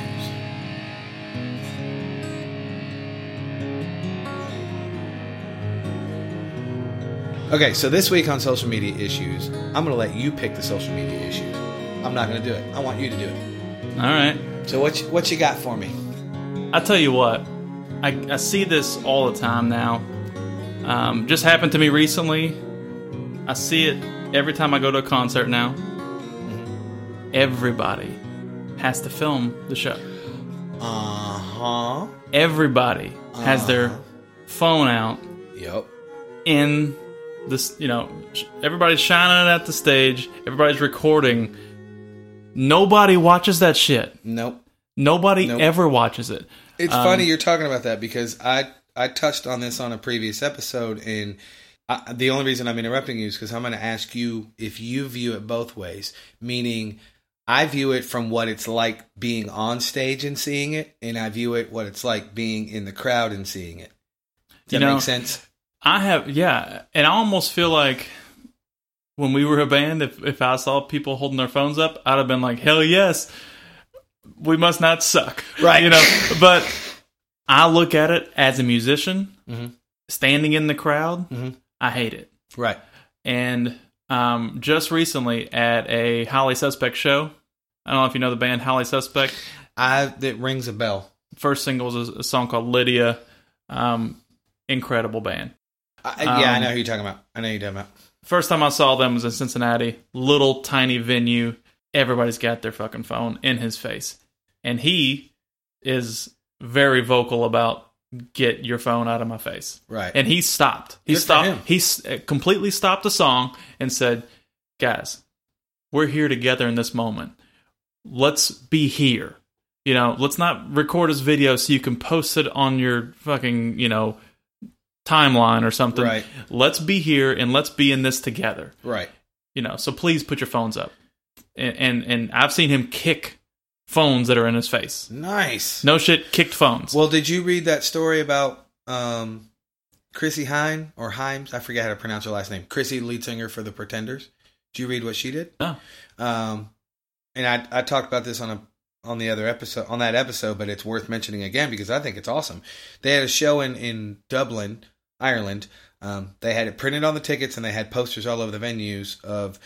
Okay, so this week on social media issues, I'm going to let you pick the social media issues. I'm not going to do it. I want you to do it.
all right.
So what you, what you got for me?
I tell you what, I, I see this all the time now. Um, just happened to me recently. I see it every time I go to a concert now. Everybody has to film the show.
Uh huh.
Everybody has their phone out
Yep.
in this, you know, sh- everybody's shining it at the stage, everybody's recording. Nobody watches that shit.
Nope. Um,
Nobody
Nope.
ever watches it.
It's funny you're talking about that because I I touched on this on a previous episode, and I, the only reason I'm interrupting you is because I'm going to ask you if you view it both ways, meaning. I view it from what it's like being on stage and seeing it, and I view it what it's like being in the crowd and seeing it. Does
You
that
know,
make sense?
I have, yeah, and I almost feel like when we were a band, if if I saw people holding their phones up, I'd have been like, "Hell yes, we must not suck,"
Right.
You know. but I look at it as a musician
Mm-hmm.
standing in the crowd. I hate it.
Right.
And um, just recently at a Holly Suspect show, I don't know if you know the band Holly Suspect.
I that rings a bell.
First single is a, a song called Lydia. Um, incredible band.
I, yeah, I
Um,
know who you're talking about. I know who you're talking about.
First time I saw them was in Cincinnati, little tiny venue. Everybody's got their fucking phone in his face. And he is very vocal about get your phone out of my face.
Right.
And he stopped. He
Good for him.
stopped. He s- uh, completely stopped the song and said, "Guys, we're here together in this moment. Let's be here. You know, let's not record his video so you can post it on your fucking, you know, timeline or something.
Right.
Let's be here and let's be in this together.
right.
You know, so please put your phones up. And and, and I've seen him kick phones that are in his face.
Nice.
No shit, kicked phones.
Well, did you read that story about um, Chrissy Hine or Himes? I forget how to pronounce her last name. Chrissy, lead singer for the Pretenders. Did you read what she did?
No.
Um, and I I talked about this on a on the other episode on that episode, but it's worth mentioning again because I think it's awesome. They had a show in in Dublin, Ireland. Um, they had it printed on the tickets and they had posters all over the venues of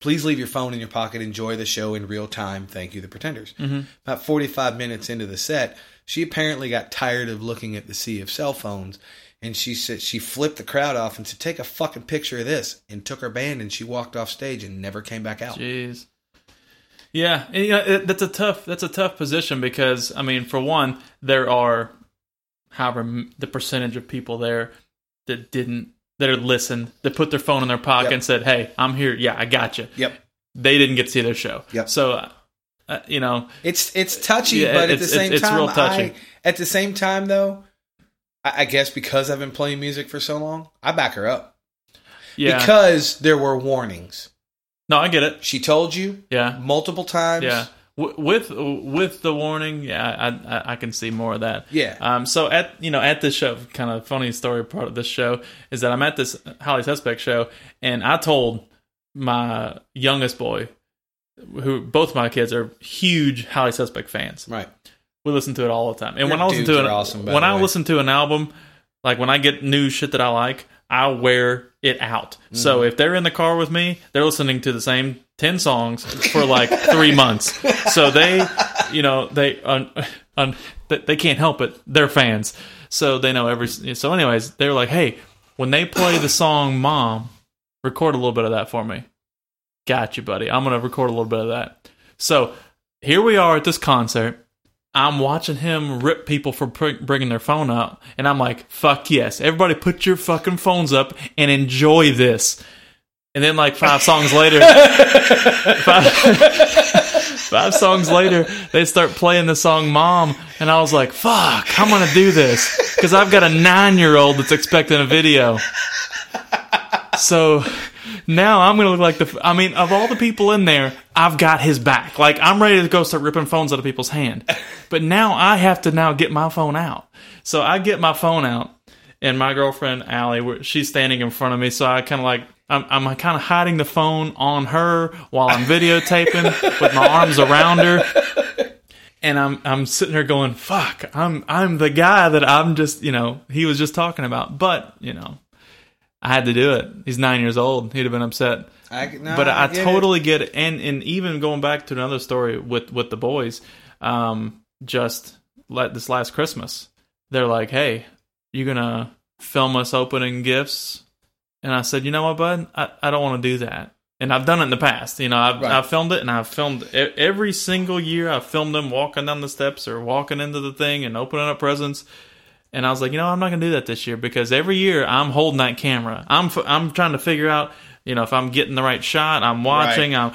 please leave your phone in your pocket, enjoy the show in real time. Thank you, the Pretenders. About 45 minutes into the set, she apparently got tired of looking at the sea of cell phones. And she said she flipped the crowd off and said, "Take a fucking picture of this." And took her band and she walked off stage and never came back out.
Jeez. Yeah, and, you know, it, that's a tough that's a tough position because I mean, for one, there are however m- the percentage of people there that didn't that are listened that put their phone in their pocket
Yep.
and said, "Hey, I'm here. Yeah, I got you."
Yep.
They didn't get to see their show.
Yep.
So, uh, you know,
It's it's touchy,
Yeah,
but at the
it's-
same
it's- it's
time,
real touchy.
I, at the same time though, I, I guess because I've been playing music for so long, I back her up
yeah.
because there were warnings.
no, I get it.
She told you
Yeah.
multiple times.
Yeah. W- with with the warning, yeah, I, I I can see more of that.
Yeah.
Um. So at you know at this show, kind of funny story part of this show is that I'm at this Holly Suspect show, and I told my youngest boy, who both my kids are huge Holly Suspect fans.
Right.
We listen to it all the time, and
Your
when I listen
dudes
to an
are awesome, by
when
the
I
way.
listen to an album, like when I get new shit that I like, I wear it out. So
Mm-hmm.
if they're in the car with me, they're listening to the same ten songs for like [LAUGHS] three months. So they, you know, they un, un, they they can't help it. They're fans, so they know every. So, anyways, they're like, hey, when they play the song "Mom," record a little bit of that for me. Got you, buddy. I'm gonna record a little bit of that. So here we are at this concert. I'm watching him rip people for pr- bringing their phone up, and I'm like, "Fuck yes! Everybody, put your fucking phones up and enjoy this." And then, like five songs later, five, five songs later, they start playing the song "Mom," and I was like, "Fuck! I'm gonna do this because I've got a nine-year-old that's expecting a video." So now I'm gonna look like the. I mean, of all the people in there, I've got his back. Like I'm ready to go start ripping phones out of people's hand. But now I have to now get my phone out. So I get my phone out, and my girlfriend Allie, we're- she's standing in front of me. So I kind of like. I'm, I'm kind of hiding the phone on her while I'm videotaping with my arms around her and I'm I'm sitting there going, "Fuck, I'm I'm the guy that I'm just you know he was just talking about." But you know, I had to do it. He's nine years old. He'd have been upset.
I, no,
but I,
get it.
totally get it. And and even going back to another story with with the boys, um, just like this last Christmas, they're like, "Hey, you gonna film us opening gifts?" And I said, "You know what, bud? I, I don't want to do that." And I've done it in the past. You know, I've,
Right.
I've filmed it, and I've filmed e- every single year. I've filmed them walking down the steps or walking into the thing and opening up presents. And I was like, you know, I'm not going to do that this year because every year I'm holding that camera. I'm f- I'm trying to figure out, you know, if I'm getting the right shot. I'm watching. I'm,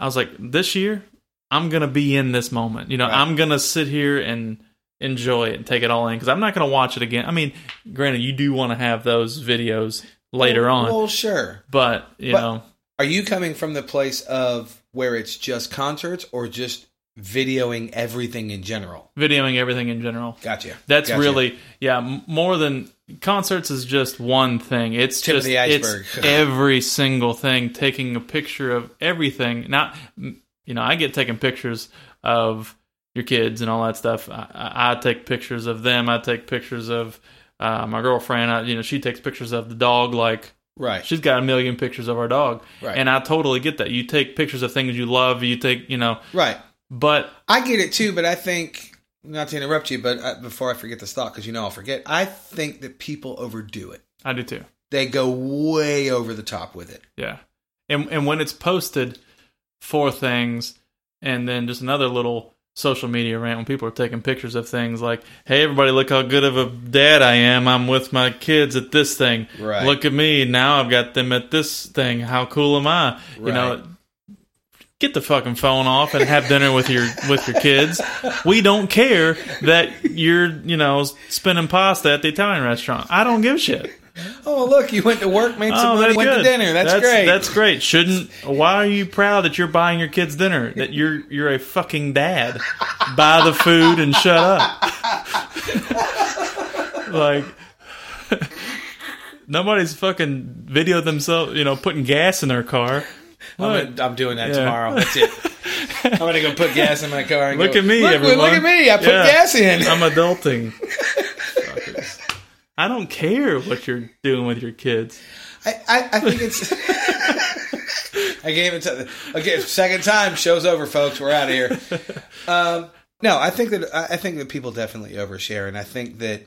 I was like, this year I'm going to be in this moment. You know,
Right.
I'm going to sit here and enjoy it and take it all in because I'm not going to watch it again. I mean, granted, you do want to have those videos later on,
Well, sure.
but you
but-
know,
Are you coming from the place of where it's just concerts or just videoing everything in general?
videoing everything in general.
Gotcha.
That's
Gotcha.
really yeah. m- More than concerts is just one thing. It's
Tip of
just
the iceberg.
it's every single thing. Taking a picture of everything. Not m- you know, I get taking pictures of your kids and all that stuff. I, I I take pictures of them. I take pictures of uh, my girlfriend. I, you know, she takes pictures of the dog. Like
right.
She's got a million pictures of our dog.
Right.
And I totally get that. You take pictures of things you love. You take you know,
right.
but
I get it too, but I think not to interrupt you, but uh before I forget this thought, because you know I'll forget, I think that people overdo it.
I do too.
They go way over the top with it.
Yeah. And and when it's posted for things and then just another little social media rant when people are taking pictures of things like, Hey everybody, look how good of a dad I am. I'm with my kids at this thing.
Right.
Look at me, now I've got them at this thing. How cool am I? You
Right.
know Get the fucking phone off and have dinner with your with your kids. We don't care that you're, you know, spinning pasta at the Italian restaurant. I don't give a shit.
Oh, look, you went to work, made some
Oh,
money,
that's
went
good.
to dinner. That's, great.
That's great. Shouldn't? Why are you proud that you're buying your kids dinner? That you're you're a fucking dad. Buy the food and shut up. [LAUGHS] like [LAUGHS] nobody's fucking video themselves. You know, putting gas in their car.
I'm, gonna- I'm doing that
Yeah.
tomorrow. That's
[LAUGHS]
it. I'm gonna go put gas in my car. And
Look
go,
at me,
look,
everyone.
Look at me. I put
Yeah.
gas in.
I'm adulting. Fuckers. I don't care what you're doing with your kids.
I, I, I think it's. [LAUGHS] I gave it to. Okay, second time. Show's over, folks. We're out of
[LAUGHS]
here. Um, no, I think that I I think that people definitely overshare, and I think that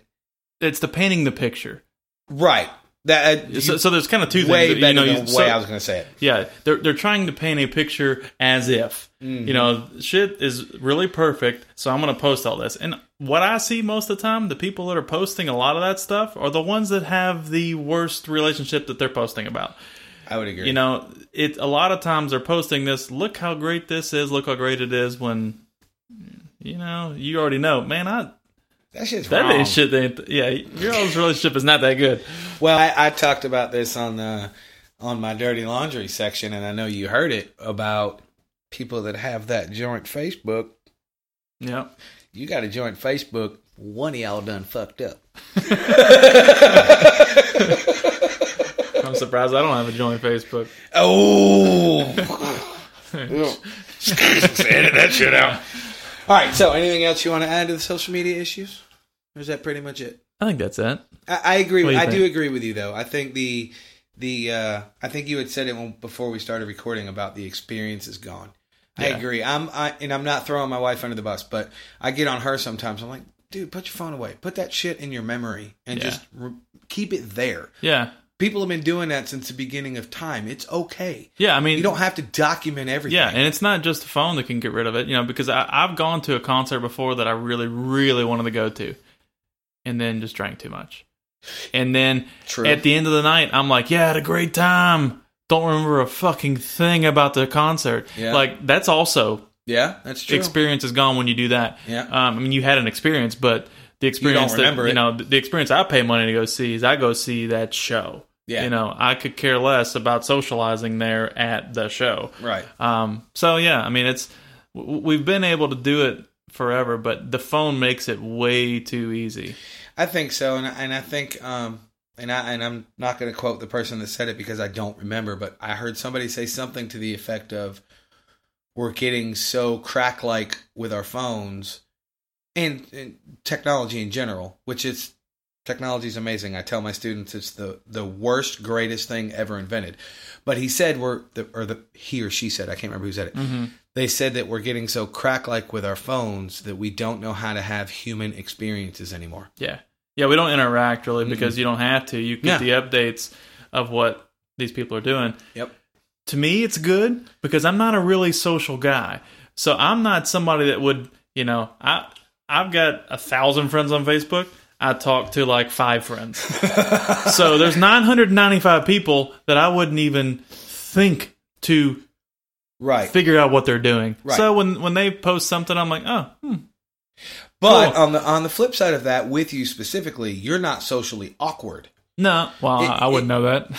It's the painting the picture.
right that uh,
So, so there's kind of two
way
things. that,
better
you know,
than
you-
the
so-
way I was going to say it.
Yeah, they're they're trying to paint a picture as if you know shit is really perfect. So I'm gonna post all this, and what I see most of the time, the people that are posting a lot of that stuff are the ones that have the worst relationship that they're posting about.
I would agree.
You know, it a lot of times they're posting this. Look how great this is. Look how great it is. When you know you already know, man. I
that shit's
that
wrong.
ain't shit. That ain't, yeah, your old relationship is not that good.
Well, I, I talked about this on uh, on my dirty laundry section, and I know you heard it about people that have that joint Facebook.
Yeah.
You got a joint Facebook. One of y'all done fucked up.
I'm surprised I don't have a joint Facebook. [LAUGHS]
Oh. Edit that shit out. All right. So, anything else you want to add to the social media issues? Or is that pretty much it?
I think that's it.
I, I agree.
What
With,
do you
I do
think?
agree with you, though. I think the the uh, I think you had said it when, before we started recording about the experience is gone. I
Yeah.
agree. I'm I, and I'm not throwing my wife under the bus, but I get on her sometimes. I'm like, dude, put your phone away. Put that shit in your memory and
Yeah.
just re- keep it there.
Yeah.
People have been doing that since the beginning of time. It's okay.
Yeah, I mean,
You don't have to document everything.
yeah, and it's not just the phone that can get rid of it, you know, because I, I've gone to a concert before that I really, really wanted to go to, and then just drank too much, and then
True.
at the end of the night, I'm like, yeah, I had a great time. Don't remember a fucking thing about the concert.
Yeah.
Like that's also
yeah, that's true.
experience is gone when you do that.
Yeah.
Um, I mean, you had an experience, but the experience that
remember
you
it.
know, the experience I pay money to go see is I go see that show.
Yeah.
You know, I could care less about socializing there at the show.
Right.
Um, so yeah, I mean, it's w- we've been able to do it forever, but the phone makes it way too easy.
I think so, and I, and I think um and I and I'm not going to quote the person that said it because I don't remember, but I heard somebody say something to the effect of we're getting so crack like with our phones and, and technology in general, which is technology is amazing. I tell my students it's the the worst greatest thing ever invented. But he said we're the, or the he or she said, I can't remember who said it they said that we're getting so crack like with our phones that we don't know how to have human experiences anymore.
Yeah. Yeah, we don't interact really because you don't have to. You get
Yeah.
the updates of what these people are doing.
Yep.
To me, it's good because I'm not a really social guy. So I'm not somebody that would, you know, I I've got a thousand friends on Facebook. I talk to like
[LAUGHS]
five friends. so there's 995 people that I wouldn't even think to
Right.
figure out what they're doing.
Right.
So when when they post something, I'm like, oh, hmm,
But
Cool.
on the on the flip side of that, with you specifically, you're not socially awkward.
no, well, I, I
It-
wouldn't know that.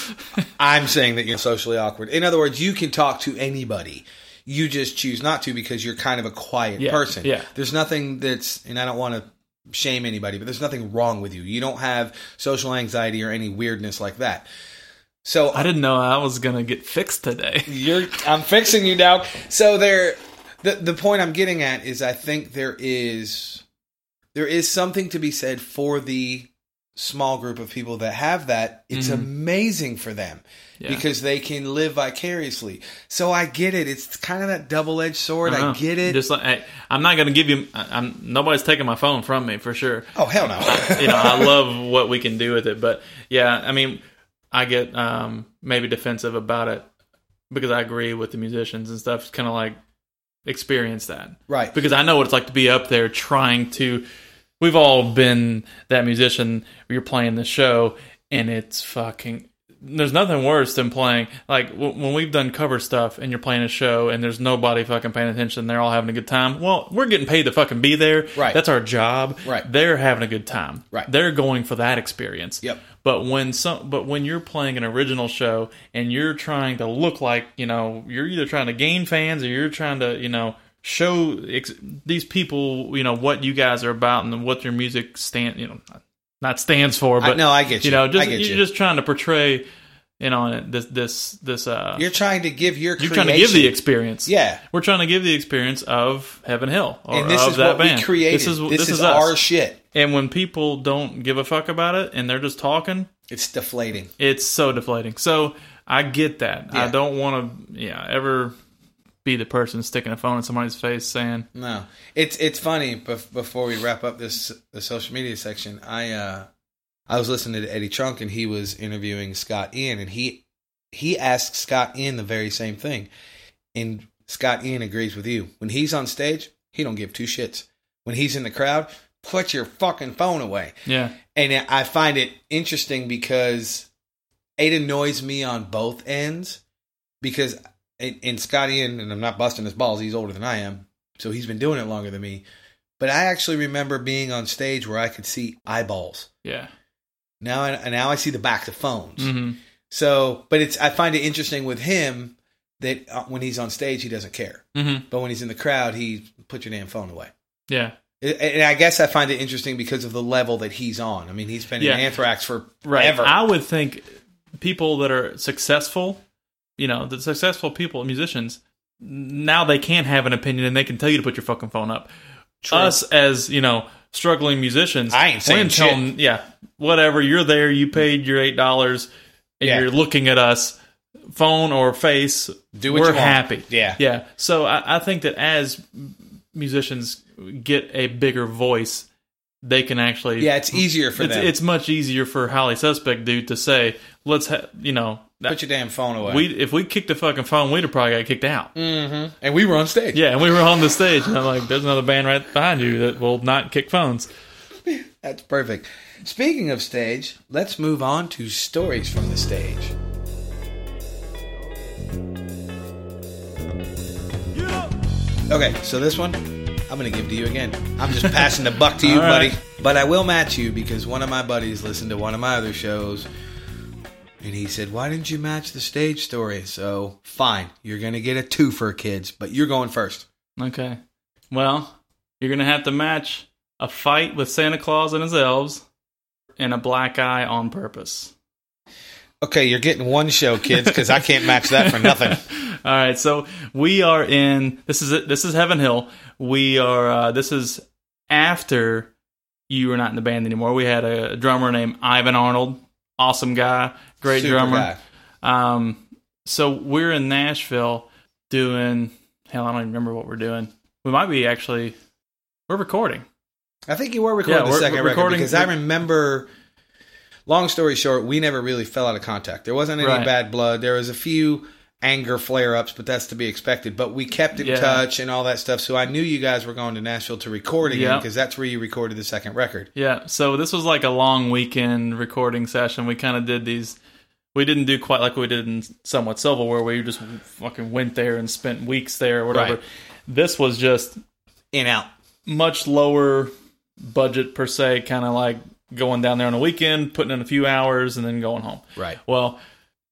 [LAUGHS] I'm saying that you're socially awkward. In other words, you can talk to anybody. You just choose not to because you're kind of a quiet
Yeah,
person.
yeah.
There's nothing that's and I don't want to shame anybody, but there's nothing wrong with you. You don't have social anxiety or any weirdness like that. So
I didn't know I was gonna get fixed today.
You're I'm fixing you now. So there the the point I'm getting at is I think there is there is something to be said for the small group of people that have that. It's amazing for them
Mm-hmm. Yeah.
because they can live vicariously. So I get it. It's kind of that double-edged sword. I,
Uh-huh.
get it.
Just like hey, I'm not gonna give you. I- I'm nobody's taking my phone from me for sure.
oh hell
[LAUGHS]
no.
You know, I love what we can do with it, but yeah, I mean, I get um, maybe defensive about it because I agree with the musicians and stuff. Kind of like experience that
right.
because I know what it's like to be up there trying to. We've all been that musician. where You're playing the show, and it's fucking. There's nothing worse than playing like w- when we've done cover stuff, and you're playing a show, and there's nobody fucking paying attention. They're all having a good time. Well, we're getting paid to fucking be there.
Right.
That's our job.
Right.
They're having a good time.
Right.
They're going for that experience.
Yep.
But when some, but when you're playing an original show and you're trying to look like you know, you're either trying to gain fans or you're trying to you know show ex- these people you know what you guys are about and what your music stand you know not stands for,
I-
but
no, I get you.
know, just
I get
you're
you.
just trying to portray you know this this this uh
You're trying to give your
you're
creation.
trying to give the experience.
Yeah.
We're trying to give the experience of Heaven Hill or
And this
of
is
that
what
band.
we created.
This is this,
this
is,
is
us.
our shit.
and when people don't give a fuck about it and they're just talking,
It's deflating.
it's so deflating. So I get that. I
Yeah.
don't want to, yeah, ever be the person sticking a phone in somebody's face saying,
No, it's it's funny. Bef- before we wrap up this the social media section, I uh, I was listening to Eddie Trunk and he was interviewing Scott Ian and he he asked Scott Ian the very same thing, and Scott Ian agrees with you. When he's on stage, he don't give two shits. When he's in the crowd, put your fucking phone away.
"Yeah,
And I find it interesting because it annoys me on both ends because and, and Scotty and, and I'm not busting his balls. He's older than I am, so he's been doing it longer than me. But I actually remember being on stage where I could see eyeballs.
yeah,
Now, I, now I see the backs of phones.
hmm
So, but it's I find it interesting with him that uh, when he's on stage he doesn't care,
hmm
but when he's in the crowd he put your damn phone away.
yeah,
And- And I guess I find it interesting because of the level that he's on. I mean, he's been
Yeah.
in anthrax for
right."
forever.
I would think people that are successful, you know, the successful people, musicians, now they can have an opinion and they can tell you to put your fucking phone up. Us as you know, struggling musicians,
I ain't saying
we're telling- yeah, whatever. You're there. You paid your eight dollars, and
Yeah.
you're looking at us, phone or face.
Do what
we're
you want.
happy.
Yeah.
yeah. So I, I think that as musicians get a bigger voice, they can actually
Yeah, it's easier for
it's,
them.
it's much easier for highly suspect dude to say let's ha- you know
Put your damn phone away.
we if we kicked the fucking phone we'd have probably got kicked out
mm-hmm. And we were on stage.
yeah and we were on the stage and I'm like there's another band right behind you that will not kick phones
That's perfect. Speaking of stage, let's move on to stories from the stage. Okay, so this one, I'm going to give to you again. I'm
[LAUGHS]
just passing the buck to you,
All
buddy.
right.
But I will match you because one of my buddies listened to one of my other shows and he said, Why didn't you match the stage story? So, fine, you're going to get a two for kids, but you're going first.
okay well you're gonna have to match a fight with Santa Claus and his elves and a black eye on purpose
Okay, you're getting one show, kids, because I can't match that for nothing.
All right, so we are in this is this is Heaven Hill. We are uh, this is after you were not in the band anymore. We had a drummer named Ivan Arnold, awesome guy, [LAUGHS] great
Super
drummer.
guy.
Um, so we're in Nashville doing hell, I don't even remember what we're doing. We might be actually we're recording.
I think you were recording
Yeah,
the
we're-
2nd
we're
record
recording-
because I remember. Long story short, we never really fell out of contact. There wasn't any
Right.
bad blood. There was a few anger flare ups, but that's to be expected. But we kept in
Yeah.
touch and all that stuff. So I knew you guys were going to Nashville to record again
Yep.
because that's where you recorded the second record.
Yeah, so this was like a long weekend recording session. We kind of did these. We didn't do quite like we did in Somewhat Civil, where we just fucking went there and spent weeks there or whatever.
Right.
This was just
In out.
much lower budget per se, kind of like going down there on a weekend, putting in a few hours, and then going home.
Right.
Well,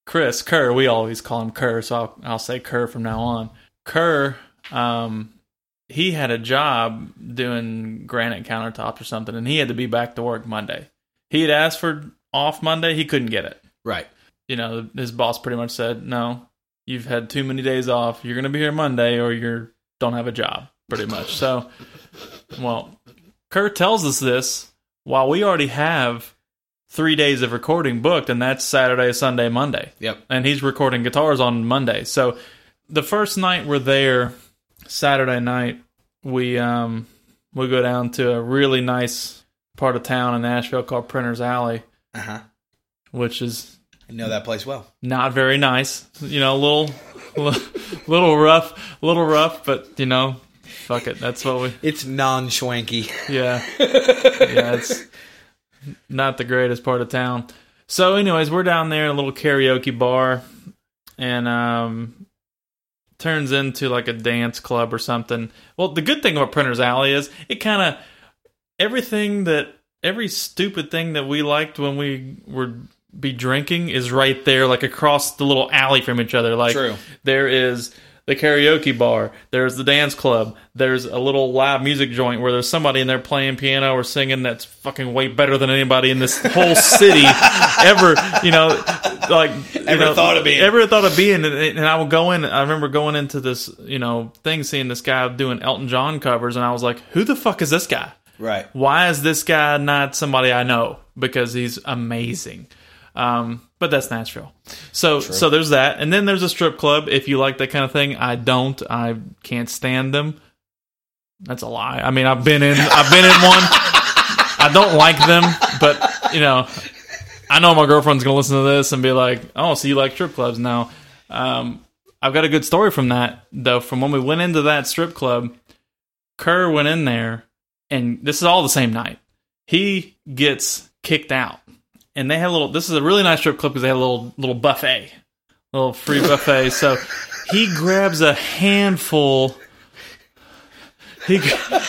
Chris Kerr, we always call him Kerr, so I'll, I'll say Kerr from now on. Kerr, um, he had a job doing granite countertops or something, and he had to be back to work Monday. He had asked for off Monday, he couldn't get it.
Right.
You know, his boss pretty much said, "No, you've had too many days off. You're going to be here Monday, or you don't have a job." Pretty much. So, well, Kerr tells us this while we already have three days of recording booked, and that's Saturday, Sunday, Monday
Yep.
and he's recording guitars on Monday. So the first night we're there, Saturday night, we um we go down to a really nice part of town in Nashville called Printer's Alley,
Uh
Uh-huh.
huh.
which is
I know that place well.
not very nice. You know, a little [LAUGHS] li- little rough, little rough, but you know, fuck it. That's what we
It's non schwanky.
yeah. yeah, it's not the greatest part of town. So, anyways, we're down there in a little karaoke bar, and um, turns into like a dance club or something. Well, the good thing about Printer's Alley is it kind of everything that every stupid thing that we liked when we were be drinking is right there, like across the little alley from each other. Like
True.
there is the karaoke bar, there's the dance club, there's a little live music joint where there's somebody in there playing piano or singing that's fucking way better than anybody in this whole city ever, you know, like
Ever thought of being.
ever thought of being. And, and I would go in. I remember going into this, you know, thing, seeing this guy doing Elton John covers, and I was like, who the fuck is this guy? [LAUGHS]
Right.
why is this guy not somebody I know? Because he's amazing. Um, but that's Nashville. So so there's that. And then there's a strip club if you like that kind of thing. I don't. I can't stand them. That's a lie. I mean I've been in I've been in one. I don't like them, but you know I know my girlfriend's gonna listen to this and be like, Oh, so you like strip clubs now. Um, I've got a good story from that though, from when we went into that strip club, Kerr went in there and this is all the same night. He gets kicked out, and they had a little. This is a really nice strip club because they had a little little buffet, little free buffet. so he grabs a handful. He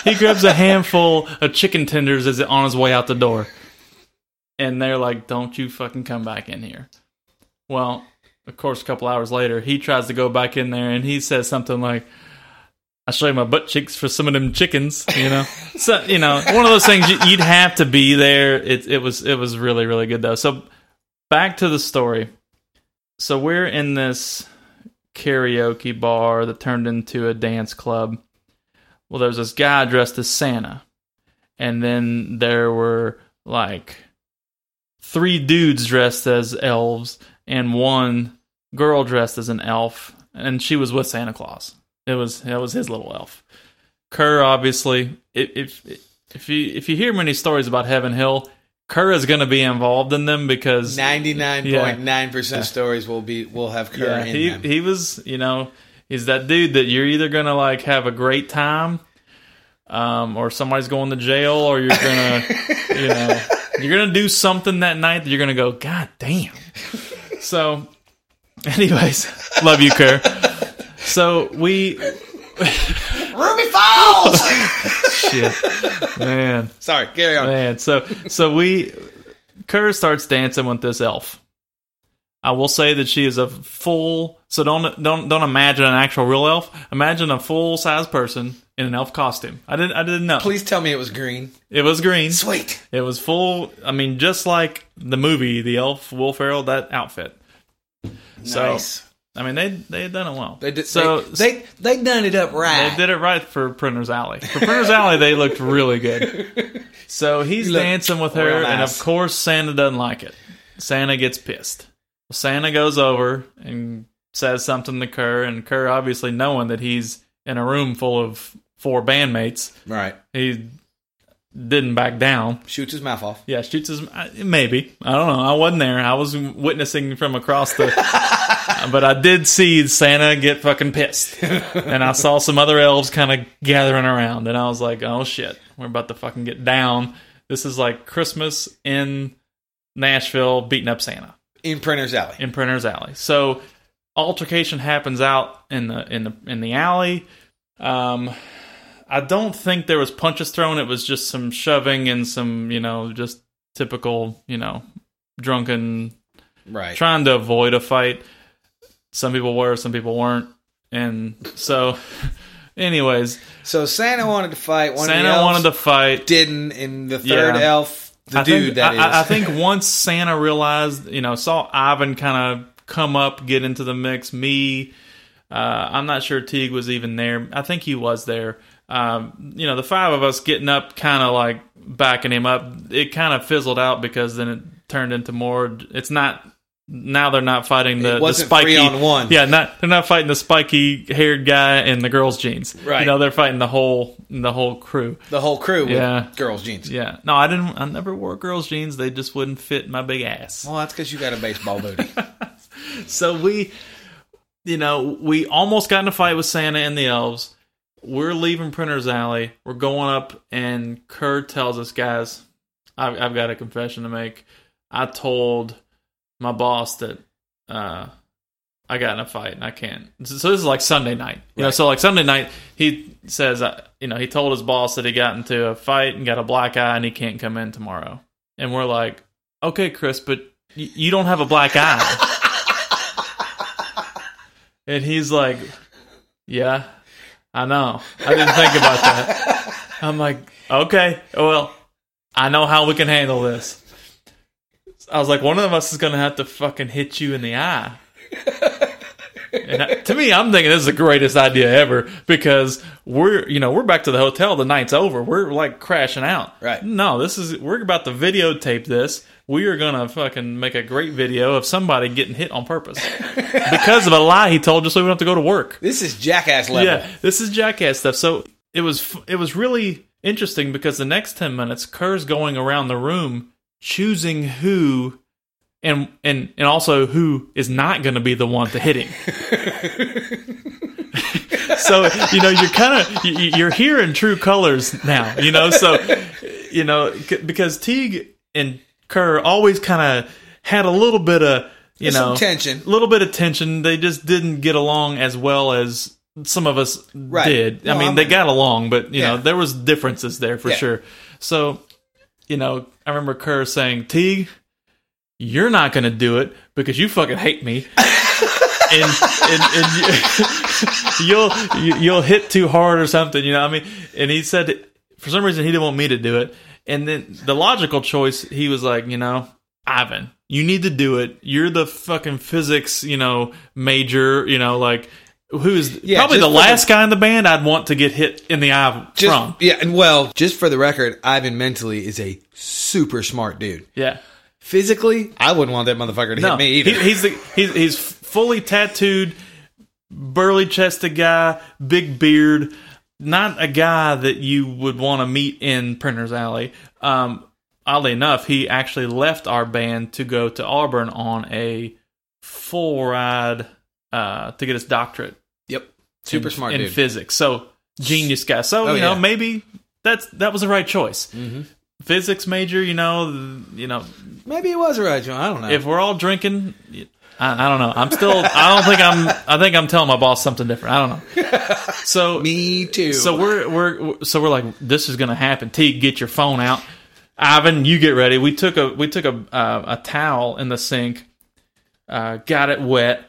he grabs a handful of chicken tenders as on his way out the door, and they're like, "Don't you fucking come back in here." Well, of course, a couple hours later, he tries to go back in there, and he says something like. I show you my butt cheeks for some of them chickens, you know. [LAUGHS] so you know, one of those things you- you'd have to be there. It it was it was really really good though. So back to the story. So we're in this karaoke bar that turned into a dance club. Well, there's this guy dressed as Santa, and then there were like three dudes dressed as elves and one girl dressed as an elf, and she was with Santa Claus. It was that was his little elf. Kerr obviously, if, if If you if you hear many stories about Heaven Hill, Kerr is going to be involved in them because
Ninety nine point nine percent stories will be will have Kerr
yeah,
in
he
them.
he was you know he's that dude that you're either going to like have a great time, um, or somebody's going to jail, or you're gonna you know you're gonna do something that night that you're gonna go God damn. So, anyways, love you, Kerr. So we
Ruby
[LAUGHS]
Falls.
shit man.
Sorry, carry on.
man so so we kerr starts dancing with this elf i will say that she is a full so don't don't don't imagine an actual real elf imagine a full size person in an elf costume i didn't i didn't know
Please tell me it was green.
it was green
Sweet.
it was full i mean just like the movie the elf will ferrell that outfit so
nice.
i mean they they had done it well
They did.
so
they they, they done it up right.
they did it right for Printer's Alley. For Printer's Alley, they looked really good.
[LAUGHS]
So he's
You look
dancing with
real
her, and of
nice.
course, Santa doesn't like it. Santa gets pissed. Santa goes over and says something to Kerr, and Kerr, obviously knowing that he's in a room full of four bandmates,
Right.
he didn't back down.
Shoots his mouth off.
Yeah, shoots his I- maybe. I don't know. I wasn't there. I was witnessing from across the. [LAUGHS] but I did see Santa get fucking pissed, and I saw some other elves kind of gathering around, and I was like, "Oh shit, we're about to fucking get down." This is like Christmas in Nashville, beating up Santa
In Printer's Alley.
in Printer's Alley. So altercation happens out in the in the in the alley. Um, I don't think there was punches thrown. It was just some shoving and some you know just typical you know drunken
Right.
trying to avoid a fight. Some people were, some people weren't, and so. [LAUGHS] Anyways,
so Santa wanted to fight. One of the
Santa
elves
wanted to fight.
didn't, and the third
Yeah.
elf, the
I
dude
think,
that
I,
is.
I- I think once Santa realized, you know, saw Ivan kind of come up, get into the mix. Me, uh, I'm not sure Teague was even there. I think he was there. Um, you know, the five of us getting up, kind of like backing him up. It kind of fizzled out because then it turned into more. It's not. Now they're not fighting the,
It wasn't
the spiky
three on one.
Yeah, not they're not fighting the spiky haired guy in the girls' jeans.
Right.
You know, they're fighting the whole the whole crew.
the whole crew with
Yeah.
girls' jeans.
Yeah. No, I didn't. I never wore girls' jeans. They just wouldn't fit my big ass.
Well, Oh, that's because you got a baseball booty.
[LAUGHS] So we, you know, we almost got in a fight with Santa and the elves. We're leaving Printer's Alley. We're going up, and Kerr tells us, guys, I've, I've got a confession to make. I told my boss that uh, I got in a fight and I can't. So this is like Sunday night. You know,
Right.
so like Sunday night, he says, uh, you know, he told his boss that he got into a fight and got a black eye and he can't come in tomorrow. And we're like, okay, Chris, but y- you don't have a black eye. and he's like, yeah, I know. I didn't think about that. I'm like, okay, well, I know how we can handle this. I was like, one of us is going to have to fucking hit you in the eye. And I- to me, I'm thinking this is the greatest idea ever because we're, you know, we're back to the hotel. The night's over. We're like crashing out.
Right.
No, this is, we're about to videotape this. We are going to fucking make a great video of somebody getting hit on purpose because of a lie he told just so we don't have to go to work.
this is jackass level.
Yeah, this is jackass stuff. So it was f- it was really interesting because the next ten minutes, Kerr's going around the room choosing who, and and and also who is not going to be the one to hit him. so you know you're kind of you're here in true colors now. You know so you know c- because Teague and Kerr always kind of had a little bit of you
Some
know
tension.
little bit of tension. They just didn't get along as well as some of us did. I
No,
mean,
I'm-
they got along, but you
Yeah.
know, there was differences there for
Yeah.
sure. So, you know, I remember Kerr saying, "Teague, you're not going to do it because you fucking hate me." And, and, and you, [LAUGHS] you'll you, you'll hit too hard or something, you know. what I mean, and he said for some reason he didn't want me to do it. And then the logical choice, he was like, you know, Ivan, you need to do it. You're the fucking physics, you know, major, you know, like who's
Yeah,
probably
just
the
for
last guy in the band I'd want to get hit in the eye
Just,
from.
Yeah, and well, just for the record, Ivan mentally is a super smart dude.
Yeah.
Physically, I wouldn't want that motherfucker to
No,
hit me either.
He, he's the, he's he's fully tattooed, burly chested guy, big beard. not a guy that you would want to meet in Printer's Alley. Um, oddly enough, he actually left our band to go to Auburn on a full ride uh, to get his doctorate.
Yep. Super
in,
smart
in
dude.
physics. So genius guy. So
Oh,
you know
yeah.
maybe that's that was the right choice.
Mhm.
Physics major, you know, th- you know,
Maybe it was a right, John. I don't know.
if we're all drinking, I, I don't know. I'm still. I don't think I'm. I think I'm telling my boss something different. I don't know. So
Me too.
so we're we're so we're like this is gonna happen. T, get your phone out. Ivan, you get ready. We took a we took a uh, a towel in the sink, uh, got it wet,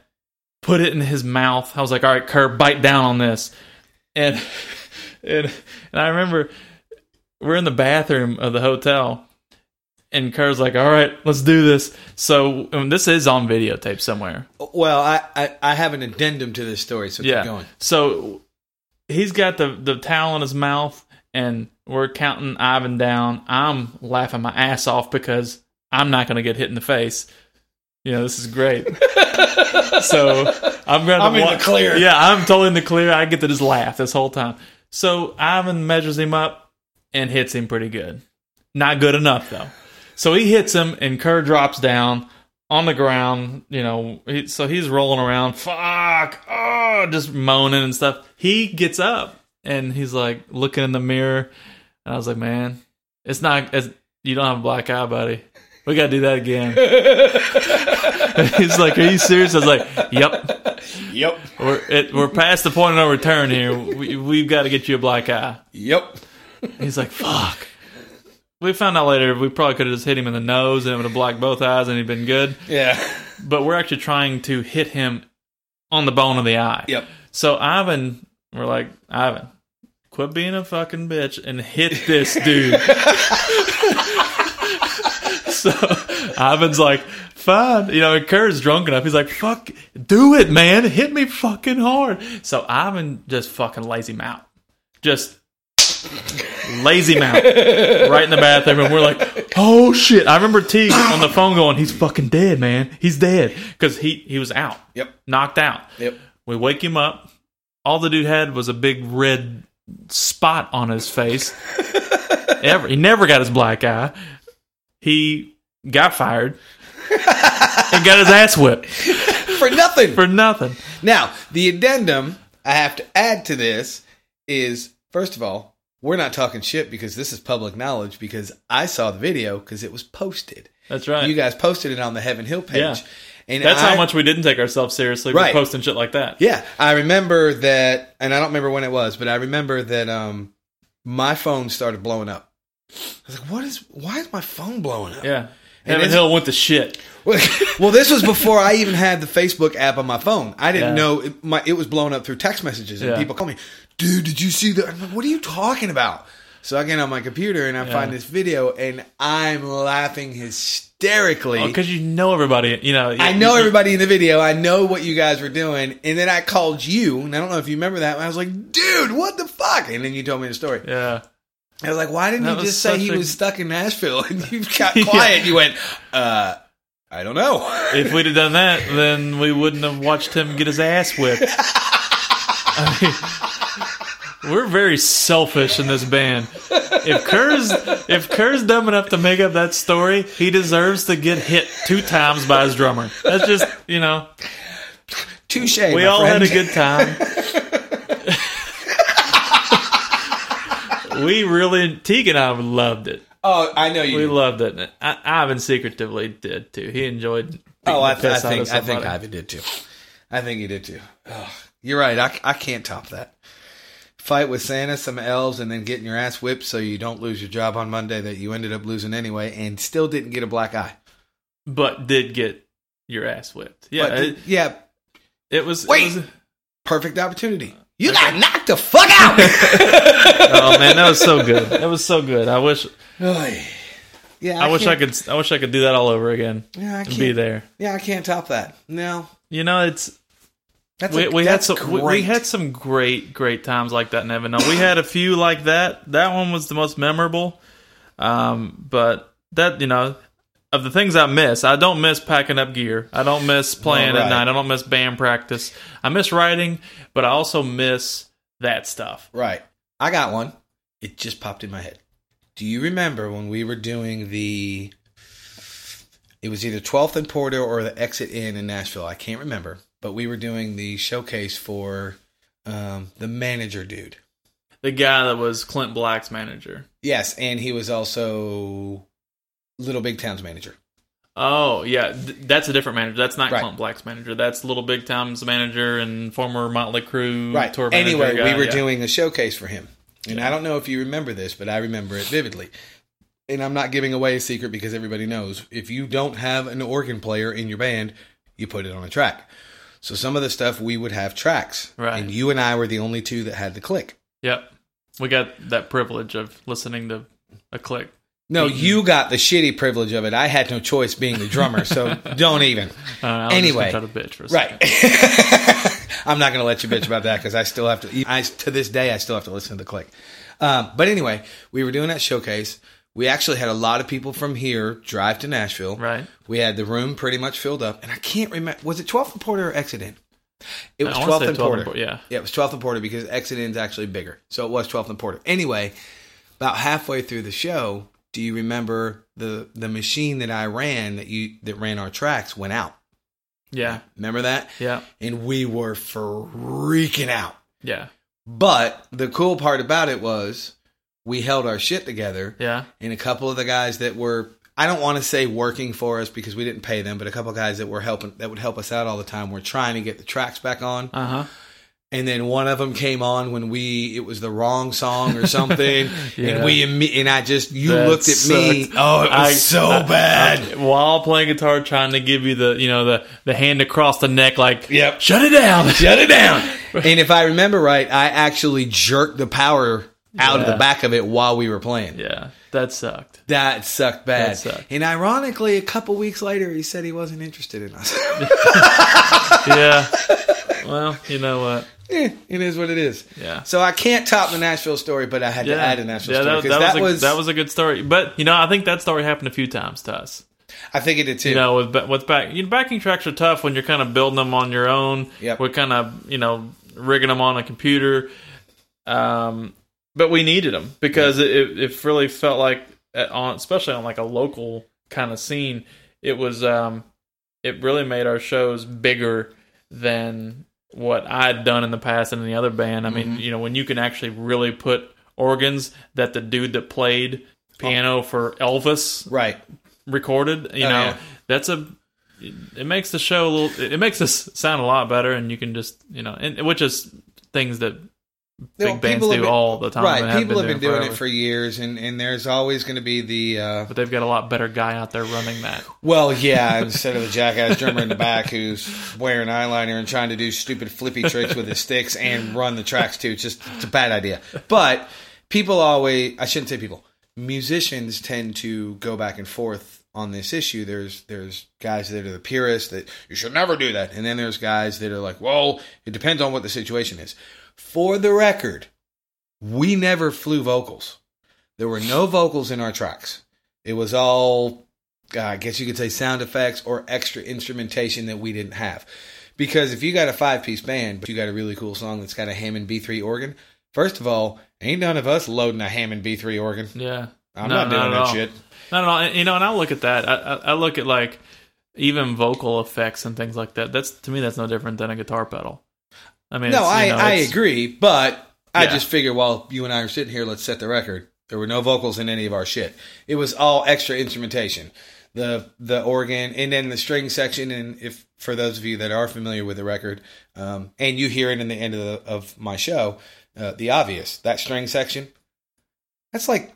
put it in his mouth. I was like, all right, Kerb, bite down on this, and and and I remember we're in the bathroom of the hotel. And Kerr's like, all right, let's do this. So and this is on videotape somewhere.
well, I, I I have an addendum to this story, so
Yeah.
keep going.
So he's got the the towel in his mouth, and we're counting Ivan down. I'm laughing my ass off because I'm not going to get hit in the face. You know, this is great. so I'm going to.
I'm in the clear.
Yeah, I'm totally in the clear. I get to just laugh this whole time. So Ivan measures him up and hits him pretty good. Not good enough though. So he hits him, and Kerr drops down on the ground. You know, he, so he's rolling around, fuck, oh, just moaning and stuff. He gets up and he's like looking in the mirror, and I was like, man, it's not. It's, you don't have a black eye, buddy. We gotta do that again. he's like, "Are you serious?" I was like, "Yep,
Yep.
we're it, we're past the point of no return here. We, we've got to get you a black eye."
Yep.
He's like, fuck. We found out later we probably could have just hit him in the nose and it would have blocked both eyes and he'd been good.
Yeah. [LAUGHS]
But we're actually trying to hit him on the bone of the eye.
Yep.
So Ivan, we're like, Ivan, quit being a fucking bitch and hit this dude. so Ivan's like, fine. You know, and Kerr's drunk enough. He's like, fuck, do it, man. Hit me fucking hard. So Ivan just fucking lays him out. Just lazy mouth right in the bathroom and we're like oh shit i remember t on the phone going he's fucking dead man he's dead because he he was out
Yep.
knocked out
Yep.
we wake him up. All the dude had was a big red spot on
[LAUGHS]
his face. Ever he never got his black eye. He got fired and got his ass whipped
For nothing.
for nothing.
Now, the addendum I have to add to this is first of all, we're not talking shit because this is public knowledge because I saw the video because it was posted.
That's right.
You guys posted it on the Heaven Hill page.
Yeah.
And
That's
I-
how much we didn't take ourselves seriously. We're
Right.
posting shit like that.
Yeah, I remember that, and I don't remember when it was, but I remember that um, my phone started blowing up. I was like, "What is? Why is my phone blowing up?"
Yeah.
And
Heaven
it's-
Hill went to shit.
[LAUGHS] well, this was before I even had the Facebook app on my phone. I didn't
Yeah.
know it, my, it was blown up through text messages, and
Yeah.
people call me, "Dude, did you see that?" I'm like, "What are you talking about?" So I get on my computer and I find this video, and I'm laughing hysterically.
Because Oh, you know everybody, you know.
I know everybody in the video. I know what you guys were doing, and then I called you, and I don't know if you remember that. And I was like, "Dude, what the fuck?" And then you told me the story.
Yeah.
I was like, "Why didn't
That
you
was
just say
such
he
a-
was stuck in Nashville?" [LAUGHS] And you got
[LAUGHS] Yeah.
quiet. You went, "Uh, I don't know."
if we'd have done that, then we wouldn't have watched him get his
[LAUGHS]
ass whipped. I mean, we're very selfish in this band. If Kerr's if Kerr's dumb enough to make up that story, he deserves to get hit two times by his drummer. That's just you know,
Touche.
we all had a good time. we really Teague and I loved it.
[LAUGHS] Oh, I know you.
We
did.
loved it. I, Ivan secretively did too. He enjoyed. beating
oh, I,
the
th- I
piss out of
think I think
somebody.
Ivan did too. I think he did too. Ugh. you're right. I, c- I can't top that. Fight with Santa, some elves, and then getting your ass whipped so you don't lose your job on Monday that you ended up losing anyway, and still didn't get a black eye.
but did get your ass whipped. Yeah,
But,
it,
yeah,
it was. it
Wait!
was-
perfect opportunity. You got knocked the fuck
[LAUGHS]
out.
oh man, that was so
[LAUGHS]
good. That was so good. I wish.
Oy. yeah,
I, wish I
can't-
could. I wish I could do that all over again.
Yeah, I
and
can't.
be there.
Yeah, I can't top that. No,
You know, it's
that's
we,
a-
we had
that's
some we, we
great.
had some great great times like that in Evansville. We had a few like that. That one was the most memorable. Um, but that you know, of the things I miss, I don't miss packing up gear. I don't miss playing
Right.
at night. I don't miss band practice. I miss writing, but I also miss that stuff.
right. I got one. It just popped in my head. Do you remember when we were doing the? It was either 12th and Porter or the Exit Inn in Nashville. I can't remember, but we were doing the showcase for um, the manager dude.
The guy that was Clint Black's manager.
Yes, and he was also Little Big Town's manager.
Oh yeah, th- that's a different manager. That's not
Right.
Clint Black's manager. That's Little Big Tom's manager and former Motley Crue
right.
Mm, tour manager.
anyway,
guy,
we were
yeah.
doing a showcase for him, and I don't know if you remember this, but I remember it vividly. And I'm not giving away a secret because everybody knows if you don't have an organ player in your band, you put it on a track. So some of the stuff we would have tracks,
Right.
and you and I were the only two that had the click.
Yep, we got that privilege of listening to a click.
No,
Mm-hmm.
you got the shitty privilege of it. I had no choice being the drummer,
[LAUGHS]
so don't even.
Uh, I was
Anyway.
just gonna try to bitch for a
Right.
second.
[LAUGHS] I'm not going to let you bitch about that because I still have to. e, I to this day I still have to listen to the click. Um, but anyway, we were doing that showcase. We actually had a lot of people from here drive to Nashville.
Right.
We had the room pretty much filled up, and I can't remember. Was it 12th and Porter or Exit Inn? It was
I wanna
12th
say
and
12th and
Porter.
Porter, yeah.
Yeah, it was 12th and Porter because Exit Inn's actually bigger, so it was 12th and Porter. Anyway, about halfway through the show, do you remember the the machine that I ran that you that ran our tracks went out?
Yeah,
Remember that?
yeah,
and we were freaking out.
yeah,
But the cool part about it was we held our shit together,
yeah.
and a couple of the guys that were I don't want to say working for us because we didn't pay them, but a couple of guys that were helping that would help us out all the time were trying to get the tracks back on.
Uh huh.
And then one of them came on when we it was the wrong song or
[LAUGHS]
something, and
Yeah.
we imme- and I just you
That
looked at me.
sucked.
Oh, it was
I-
so
I-
bad.
I- while playing guitar, trying to give you the you know the the hand across the neck, like
Yep.
shut it
[LAUGHS]
down.
Shut it down. and if I remember right, I actually jerked the power out of the
Yeah.
back of it while we were playing.
yeah, that sucked.
That sucked bad.
That sucked.
And ironically, a couple weeks later, he said he wasn't interested in us. [LAUGHS]
Yeah. well, you know what?
Eh, it is what it is.
Yeah.
So I can't top the Nashville story, but I had to add a Nashville
Yeah,
story
that,
because
that was,
was,
a, that was a good story. But you know, I think that story happened a few times to us.
I think it did too.
You know, with ba- with back, you know, backing tracks are tough when you're kind of building them on your own.
Yep.
we're kind of you know rigging them on a computer. Um, but we needed them because it, it it really felt like at, on especially on like a local kind of scene, it was um it really made our shows bigger than what I'd done in the past in any other band. I mean, you know, when you can actually really put organs that the dude that played piano for Elvis
Right.
recorded you
Oh,
know
yeah.
that's a it, it makes the show a little it, it makes us sound a lot better and you can just you know and which is things that big
Well,
bands
people
do
have been-
all the time and
Right. People have been doing,
forever.
it for years, and, and there's always going to be the. Uh,
but they've got a lot better guy out there running that
Well, yeah, instead of the jackass drummer in the back who's wearing eyeliner and trying to do stupid flippy tricks with his sticks and run the tracks too. It's just it's a bad idea. But people always I shouldn't say people. Musicians tend to go back and forth on this issue. There's there's guys that are the purists that you should never do that. And then there's guys that are like, well, it depends on what the situation is. For the record, we never flew vocals. There were no vocals in our tracks. It was all, uh, I guess you could say, sound effects or extra instrumentation that we didn't have. Because if you got a five piece band, but you got a really cool song that's got a Hammond B3 organ, first of all, ain't none of us loading a Hammond B3 organ.
yeah
I'm
No,
not doing
at
that
all.
shit.
not at all and, you know and i look at that I, I, I look at like even vocal effects and things like that that's to me that's no different than a guitar pedal i mean
No,
it's, you
I,
know,
I
it's-
agree, but I
Yeah.
just figure while you and I are sitting here, let's set the record. There were no vocals in any of our shit. It was all extra instrumentation. The the organ and then the string section and if for those of you that are familiar with the record, um, and you hear it in the end of the, of my show, uh, the obvious that string section, that's like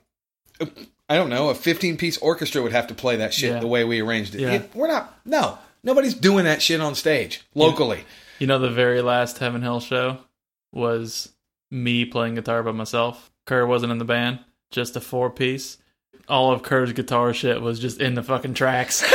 uh, I don't know a fifteen piece orchestra would have to play that shit
Yeah.
the way we arranged it.
Yeah.
It- We're not no nobody's doing that shit on stage locally.
You know, the very last Heaven Hill show was me playing guitar by myself. Kerr wasn't in the band, just a four piece. All of Kerr's guitar shit was just in the fucking tracks. [LAUGHS] we